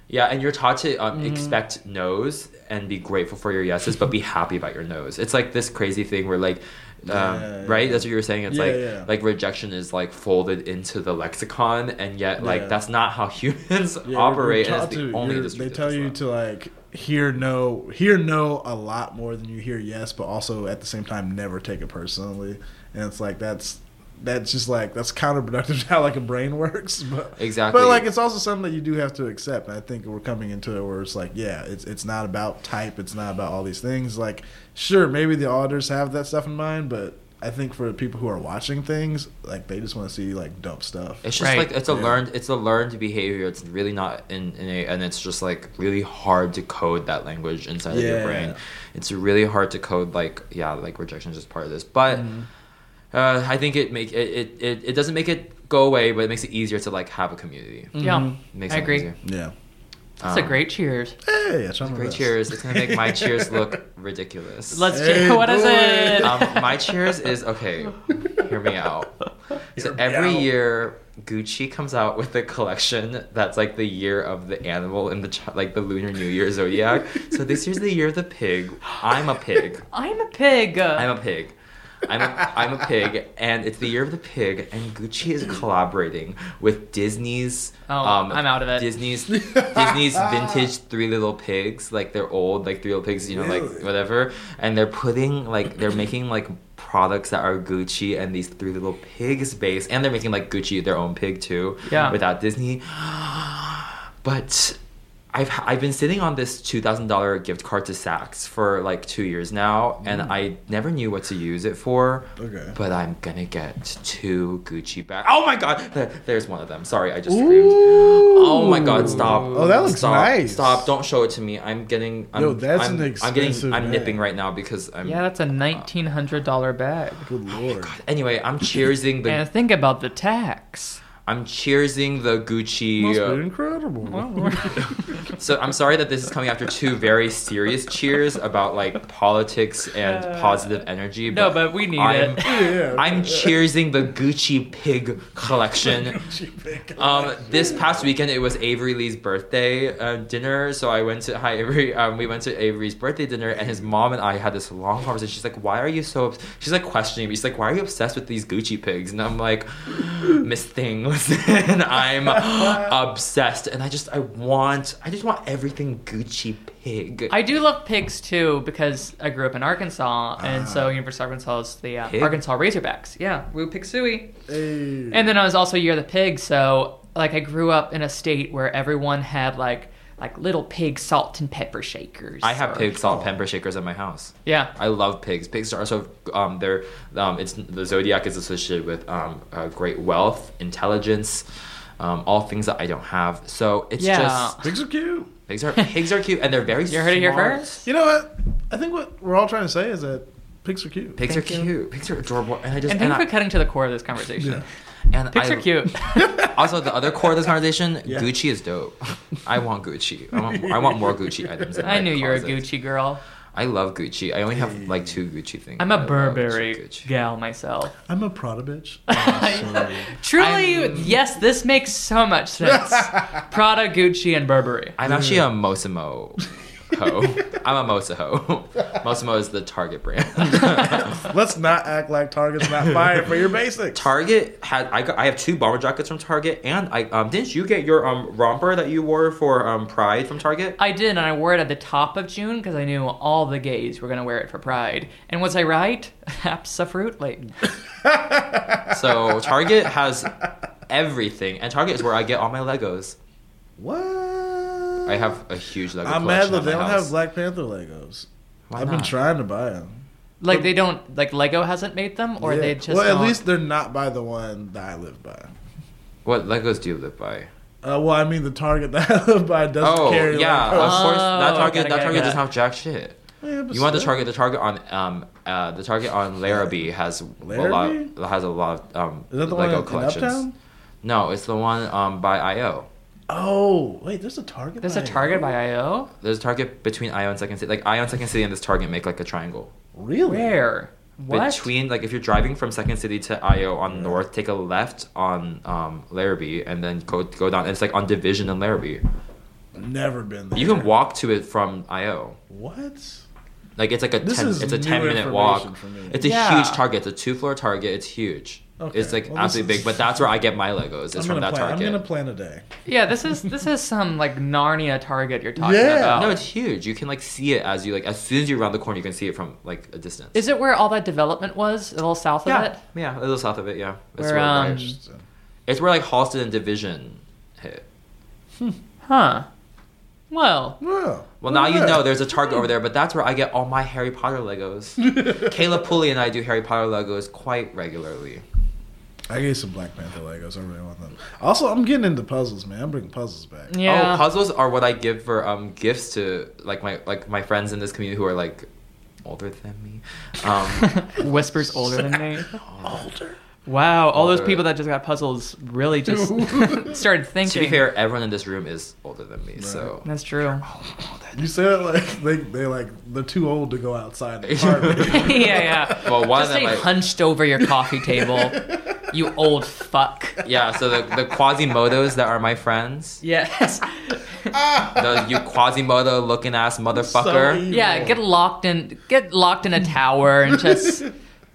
D: yeah, and you're taught to um,
E: Mm-hmm.
D: expect no's and be grateful for your yeses, but be happy about your no's. It's like this crazy thing where like, um,
E: Yeah,
D: right?
E: yeah.
D: That's what you were saying. It's
E: Yeah,
D: like
E: yeah.
D: like rejection is like folded into the lexicon, and yet like
E: Yeah.
D: that's not how humans
E: Yeah, you're-
D: operate.
E: you're
D: And
E: taught
D: it's the
E: to-
D: only
E: you're-
D: industry
E: They
D: that
E: tell
D: does
E: you
D: that.
E: to like hear no, hear no a lot more than you hear yes, but also at the same time never take it personally. And it's like that's that's just like that's counterproductive to how like a brain works. But
D: Exactly.
E: but like it's also something that you do have to accept. And I think we're coming into it where it's like yeah, it's it's not about type, it's not about all these things. Like sure, maybe the auditors have that stuff in mind, but. I think for people who are watching things, like they just want to see like dumb stuff.
D: It's just
C: Right.
D: like it's a
E: Yeah.
D: learned it's a learned behavior. It's really not in, in a, and it's just like really hard to code that language inside of your
E: Yeah.
D: brain. It's really hard to code like yeah, like rejection is just part of this. But
C: Mm-hmm.
D: uh, I think it make it, it it it doesn't make it go away, but it makes it easier to like have a community. It
C: Mm-hmm. yeah
D: Mm-hmm. makes Um,
C: i
D: it
C: agree
D: easier.
E: Yeah.
C: it's a great cheers
E: Hey, it's
D: Great cheers. It's gonna make my cheers look ridiculous.
C: let's
E: Hey,
C: cheer what is
E: boy.
C: it
D: um, my cheers is okay. Hear me out. So
E: Hear me
D: every
E: out.
D: year, Gucci comes out with a collection that's like the year of the animal in the chi- like the Lunar New Year zodiac. so this year's the year of the pig. I'm a pig.
C: i'm a pig
D: I'm a pig. I'm a, I'm a pig, and it's the year of the pig, and Gucci is collaborating with Disney's. um,
C: Oh, I'm out of it.
D: Disney's Disney's vintage Three Little Pigs, like they're old, like Three Little Pigs, you know, like
E: Really?
D: whatever. And they're putting like they're making like products that are Gucci and these Three Little Pigs based, and they're making like Gucci their own pig too,
C: Yeah.
D: without Disney. But I've I've been sitting on this two thousand dollar gift card to Saks for like two years now, and I never knew what to use it for.
E: Mm. Okay.
D: But I'm gonna get two Gucci bags. Oh my god, There- there's one of them. Sorry, I just screamed. Oh my god, stop!
E: Oh, that looks
D: stop,
E: nice.
D: Stop! Don't show it to me. I'm getting. I'm,
E: Yo, that's
D: I'm,
E: an
D: I'm getting.
E: expensive
D: I'm
E: bag.
D: nipping right now because I'm.
C: Yeah, that's a nineteen hundred dollar bag.
D: Oh
E: Good lord.
D: Anyway, I'm cheersing the.
C: And think about the tax.
D: I'm cheersing the Gucci.
E: Must
D: uh,
E: be incredible.
D: So I'm sorry that this is coming after two very serious cheers about like politics and positive energy.
C: Uh, No, but we need
D: I'm,
C: it.
E: yeah.
D: I'm cheersing the Gucci pig collection. Um, this past weekend it was Avery Lee's birthday uh, dinner, so I went to hi Avery. Um, we went to Avery's birthday dinner, and his mom and I had this long conversation. She's like, "Why are you so?" obs-" She's like questioning me. She's like, "Why are you obsessed with these Gucci pigs?" And I'm like, "Miss Thing, listen, I'm obsessed, and I just I want I just want everything Gucci pig."
C: I do love pigs too because I grew up in Arkansas, and so University of Arkansas is the uh,
D: Pig?
C: Arkansas Razorbacks. Yeah, Woo Pig Suey.
E: Hey.
C: And then I was also Year of the Pig, so like I grew up in a state where everyone had like like little pig salt and pepper shakers.
D: I have
C: or-
D: pig salt pepper shakers at my house.
C: Yeah.
D: I love pigs. Pigs are so um, they're um, it's the zodiac is associated with um, uh, great wealth, intelligence, um, all things that I don't have. So it's
C: Yeah.
D: just
E: Pigs are cute.
D: pigs are pigs are cute and they're very.
C: You heard it here
D: smart.
C: first.
E: You know what? I think what we're all trying to say is that pigs are cute.
D: Pigs
C: Thank
D: are
C: you.
D: cute. Pigs are adorable, and I just
C: And thank
D: and,
C: you for
D: I,
C: cutting to the core of this conversation.
D: and
C: Pigs
D: I-
C: are cute.
D: Also, the other core of this conversation,
E: Yeah.
D: Gucci is dope. I want Gucci. I want, I want more Gucci items. In
C: I
D: my
C: knew you were a
D: closet.
C: Gucci girl.
D: I love Gucci. I only have like two Gucci things.
C: I'm
D: but I
C: a
D: love
C: Burberry
D: Gucci.
C: gal myself.
E: I'm a Prada bitch.
C: Truly,
D: I'm-
C: yes, this makes so much sense. Prada, Gucci, and Burberry.
D: I'm actually
E: Mm.
D: a Mosimo ho. I'm a Mosa ho. Mosimo is the Target brand.
E: Let's not act like Target's not fired for your basics.
D: Target had I got I have two bomber jackets from Target and I um didn't you get your um romper that you wore for um Pride from Target?
C: I did, and I wore it at the top of June because I knew all the gays were going to wear it for Pride. And was I right? Absolutely.
D: So Target has everything and Target is where I get all my Legos.
E: what?
D: I have a huge Lego
E: I'm mad
D: collection.
E: that
D: at
E: they
D: my
E: don't
D: house.
E: have Black Panther Legos.
D: Why
E: I've been
D: not?
E: trying to buy them.
C: Like, they don't, like, Lego hasn't made them, or they just.
E: well, at
C: don't-
E: least they're not by the one that I live by.
D: What Legos do you live by?
E: Uh, well, I mean, the Target that I live by doesn't
D: Oh
E: carry
D: yeah,
E: Legos.
D: of course.
C: Oh,
D: That Target
C: gotta, gotta,
D: that Target
C: gotta.
D: doesn't have jack shit.
E: Yeah, but
D: You want the
E: still.
D: target? The target on um uh the target on Larrabee has
E: Larrabee?
D: a lot has a lot of um
E: Is that
D: Lego
E: the one in- in
D: collections.
E: Uptown?
D: No, it's the one um by IO.
E: Oh, wait, there's a Target.
C: There's
E: by
C: a Target by I.O.?
D: There's a target between IO and Second City. Like IO and Second City and this target make like a triangle.
E: Really?
C: Where? What?
D: Between like if you're driving from Second City to IO on North, take a left on um Larrabee and then go go down. It's like on Division and Larrabee.
E: Never been there.
D: You can walk to it from IO.
E: What?
D: Like it's like a
E: This
D: ten,
E: is
D: it's a
E: new
D: ten minute
E: information
D: walk.
E: for me.
D: It's a
C: Yeah.
D: huge target. It's a two floor target. It's huge.
E: Okay.
D: It's like
E: Well, this
D: absolutely
E: is-
D: big. But that's where I get my Legos.
E: I'm
D: It's
E: gonna,
D: from that
E: plan, I'm
D: target.
E: gonna plan a day.
C: Yeah, this is this is some like Narnia Target you're talking
E: Yeah.
C: about.
D: No, it's huge. You can like see it as you like as soon as you're around the corner, you can see it from like a distance.
C: is it where all that development was? A little south
D: yeah,
C: of it?
D: yeah, a little south of it. Yeah, it's
C: Where,
D: where,
C: um,
D: like,
E: Interesting.
D: it's where like Halston and Division hit.
C: Huh. Well,
E: Well,
D: Well, now
E: look
D: you
E: at
D: know
E: that.
D: there's a Target over there, but that's where I get all my Harry Potter Legos. Kayla Pulley and I do Harry Potter Legos quite regularly.
E: I get some Black Panther Legos. I really want them. Also, I'm getting into puzzles, man. I'm bringing puzzles back.
C: yeah.
D: Oh, puzzles are what I give for um gifts to like my like my friends in this community who are like older than me. Um,
C: Whispers older than me. Wow, all those
D: Older.
C: people that just got puzzles really just started
D: to
C: thinking.
D: be fair, everyone in this room is older than me, so
C: That's true.
E: You say that like they they like they're too old to go outside the apartment.
C: yeah, yeah.
D: well one
C: Just
D: of
C: stay
D: them I-
C: hunched over your coffee table, you old fuck.
D: yeah. So the the Quasimodos that are my friends,
C: Yes.
D: the you Quasimodo looking ass motherfucker.
E: evil.
C: Yeah, get locked in. Get locked in a tower and just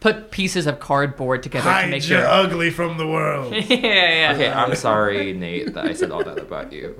C: put pieces of cardboard together to
E: Hide
C: make
E: your
C: your.
E: ugly from the world.
C: yeah, yeah.
D: Okay, I'm sorry, Nate, that I said all that about you.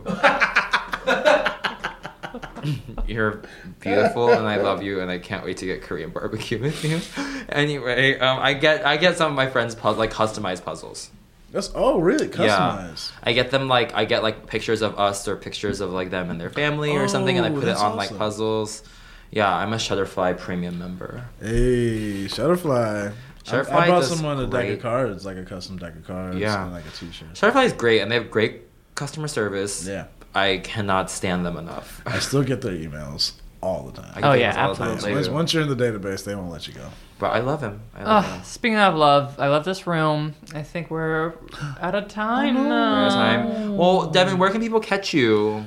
D: You're beautiful, and I love you, and I can't wait to get Korean barbecue with you. Anyway, um, I get I get some of my friends' puz- like customized puzzles.
E: That's oh really customized.
D: I get them like I get like pictures of us or pictures of like them and their family or something, and I
E: Oh,
D: put it on
E: that's
D: like
E: awesome.
D: puzzles. Yeah, I'm a Shutterfly premium member.
E: Hey, Shutterfly. I,
D: Shutterfly
E: I bought
D: does
E: someone a deck
D: great.
E: of cards, like a custom deck of cards,
D: Yeah.
E: and like a T-shirt.
D: Shutterfly is great, and they have great customer service.
E: Yeah,
D: I cannot stand them enough.
E: I still get their emails all the time.
D: I
C: Oh,
D: get
C: yeah,
D: those all the time,
C: absolutely.
D: too.
E: Once, once you're in the database, they won't let you go.
D: But I love him. I love
C: Ugh,
D: him.
C: speaking of love, I love this room. I think we're out of time.
D: We're out
C: now.
D: of time. Well, Devin, where can people catch you?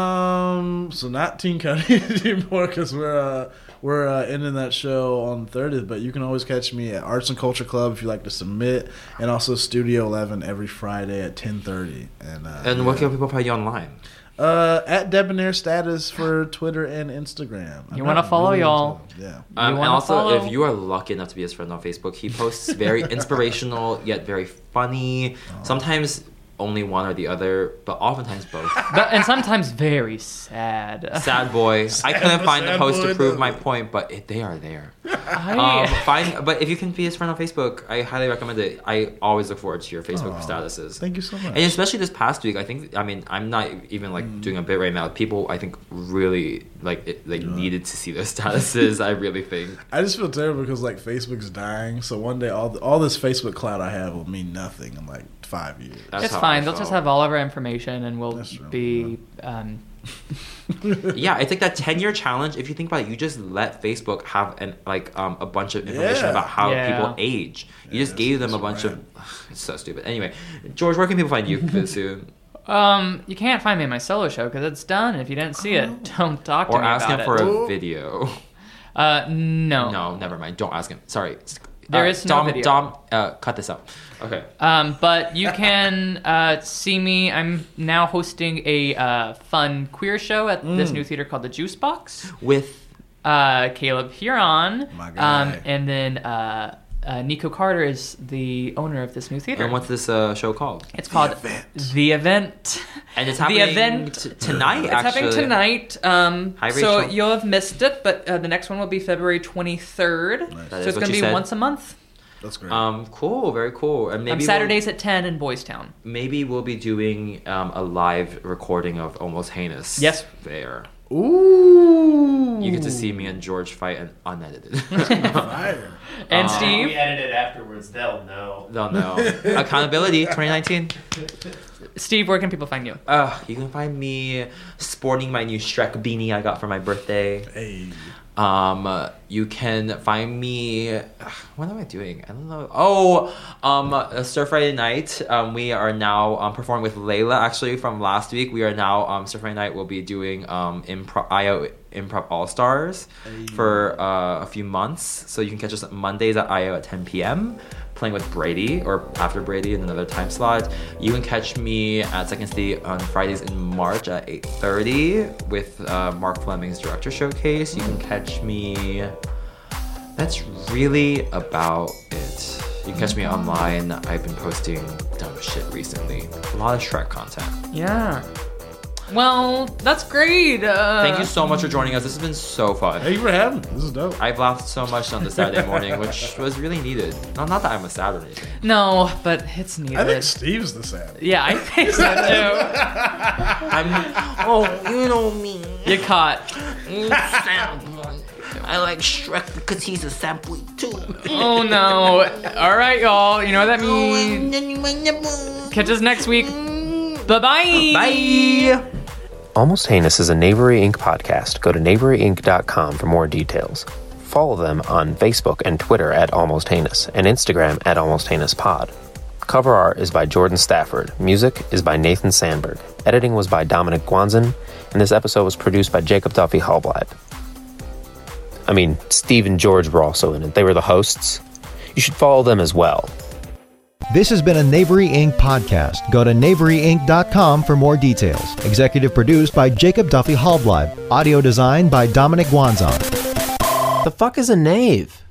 E: Um, so not Teen Cuddy anymore because we're uh, we're uh, ending that show on thirtieth. But you can always catch me at Arts and Culture Club if you like to submit, and also Studio Eleven every Friday at ten thirty. And uh,
D: And where can people find you online?
E: uh, at Debonair Status for Twitter and Instagram. I'm
C: You wanna
E: not
C: follow y'all.
E: into- Yeah.
D: Um, and
C: wanna
D: also,
C: follow-
D: if you are lucky enough to be his friend on Facebook, he posts very inspirational yet very funny. Sometimes only one or the other, but oftentimes both.
C: But, and sometimes very sad.
D: Sad boy. I couldn't
E: but
D: find the
E: sad
D: post
E: boy,
D: to prove
E: though.
D: my point, but it, they are there. Um,
C: I,
D: find, but if you can be his friend on Facebook, I highly recommend it. I always look forward to your Facebook
E: Aw,
D: statuses.
E: Thank you so much. Mm.
D: And especially this past week, I think. I mean, I'm not even like doing a bit right now. People, I think, really like it, like needed to see those statuses. I really think.
E: I just feel terrible because like Facebook's dying. So one day all the, all this Facebook cloud I have will mean nothing in like five years.
D: That's
C: it's
D: how I
C: fine. They'll just
D: felt.
C: have all of our information, and we'll
E: That's true,
C: be. Um,
D: Yeah, it's like that ten-year challenge. If you think about it, you just let Facebook have an like um, a bunch of information
E: Yeah.
D: about how
C: Yeah.
D: people age. You
E: Yeah,
D: just gave
E: that's-
D: them a
E: that's
D: bunch
E: right.
D: of. It's so stupid. Anyway, George, where can people find you soon?
C: um, you can't find me in my solo show because it's done. If you didn't see it, don't talk to
D: Oh. Or
C: me
D: ask
C: about
D: him for
C: it.
D: a video.
C: Uh, no.
D: No, never mind. Don't ask him. Sorry.
C: There
D: There is
C: is no
D: Dom,
C: video.
D: Dom, uh, cut this out. Okay.
C: Um, but you can uh, see me. I'm now hosting a uh, fun queer show at
E: Mm.
C: this new theater called the Juice Box.
D: With
C: Uh, Caleb Huron.
E: My guy.
C: Um, and then uh, uh, Nico Carter is the owner of this new theater.
D: and what's this uh, show called?
C: it's called
E: Event.
C: The Event.
D: And it's happening
C: The event.
D: t- tonight.
C: It's
D: actually.
C: happening tonight. Um,
D: Hi,
C: so
D: Rachel.
C: you'll have missed it, but uh, the next one will be February 23rd. So
E: Nice.
D: That
C: it's
D: is what
C: going to
D: she
C: be
D: said.
C: once a month.
E: That's great.
D: Um, cool. Very cool. And maybe
C: Um,
D: we'll-
C: Saturdays at 10 in Boys Town.
D: maybe we'll be doing um, a live recording of Almost Heinous.
C: Yes.
D: There.
E: Ooh.
D: You get to see me and George fight and unedited.
E: Fire.
C: And
D: Um,
A: If we
C: Steve,
A: edit it afterwards, they'll know.
D: Don't know. Accountability 2019.
C: Steve, where can people find you?
D: Uh, you can find me sporting my new Shrek beanie I got for my birthday.
E: Hey.
D: Um, uh, you can find me. ugh, What am I doing? I don't know. Oh, um, uh, Stir Friday Night. Um, we are now um, performing with Layla. Actually, from last week, we are now um, Stir Friday Night. will be doing um improv IO improv All Stars for uh, a few months. So you can catch us Mondays at IO at 10 p.m. Playing with Brady or after Brady in another time slot. You can catch me at Second City on Fridays in March at 8:30 with uh, Mark Fleming's director showcase. You can catch me. That's really about it. You can catch me online. I've been posting dumb shit recently. A lot of Shrek content.
C: Yeah. Well, that's great. Uh,
D: Thank you so much for joining us. This has been so fun.
E: Thank you for having me. This is dope.
D: I've laughed so much on the Saturday morning, which was really needed. Not, not that I'm a sad or anything.
C: No, but it's needed.
E: I think Steve's the sad.
C: yeah, I think so
D: I'm, oh, you know me.
C: too. You caught.
D: I like Shrek because he's a sad boy too.
C: Oh no. All right, y'all. You know what that means. Catch us next week. Bye-bye.
D: Bye.
F: Almost Heinous is a Knavery Inc. podcast. Go to knaveryinc.com for more details. Follow them on Facebook and Twitter at Almost Heinous and Instagram at Almost Heinous Pod. Cover art is by Jordan Stafford. Music is by Nathan Sandberg. Editing was by Dominic Guanzin, and this episode was produced by Jacob Duffy Hallblad. I mean, Steve and George were also in it. They were the hosts. You should follow them as well.
G: This has been a Knavery Inc. podcast. Go to knaveryinc.com for more details. Executive produced by Jacob Duffy Hallblood. Audio design by Dominic Guanzon.
F: The fuck is a knave?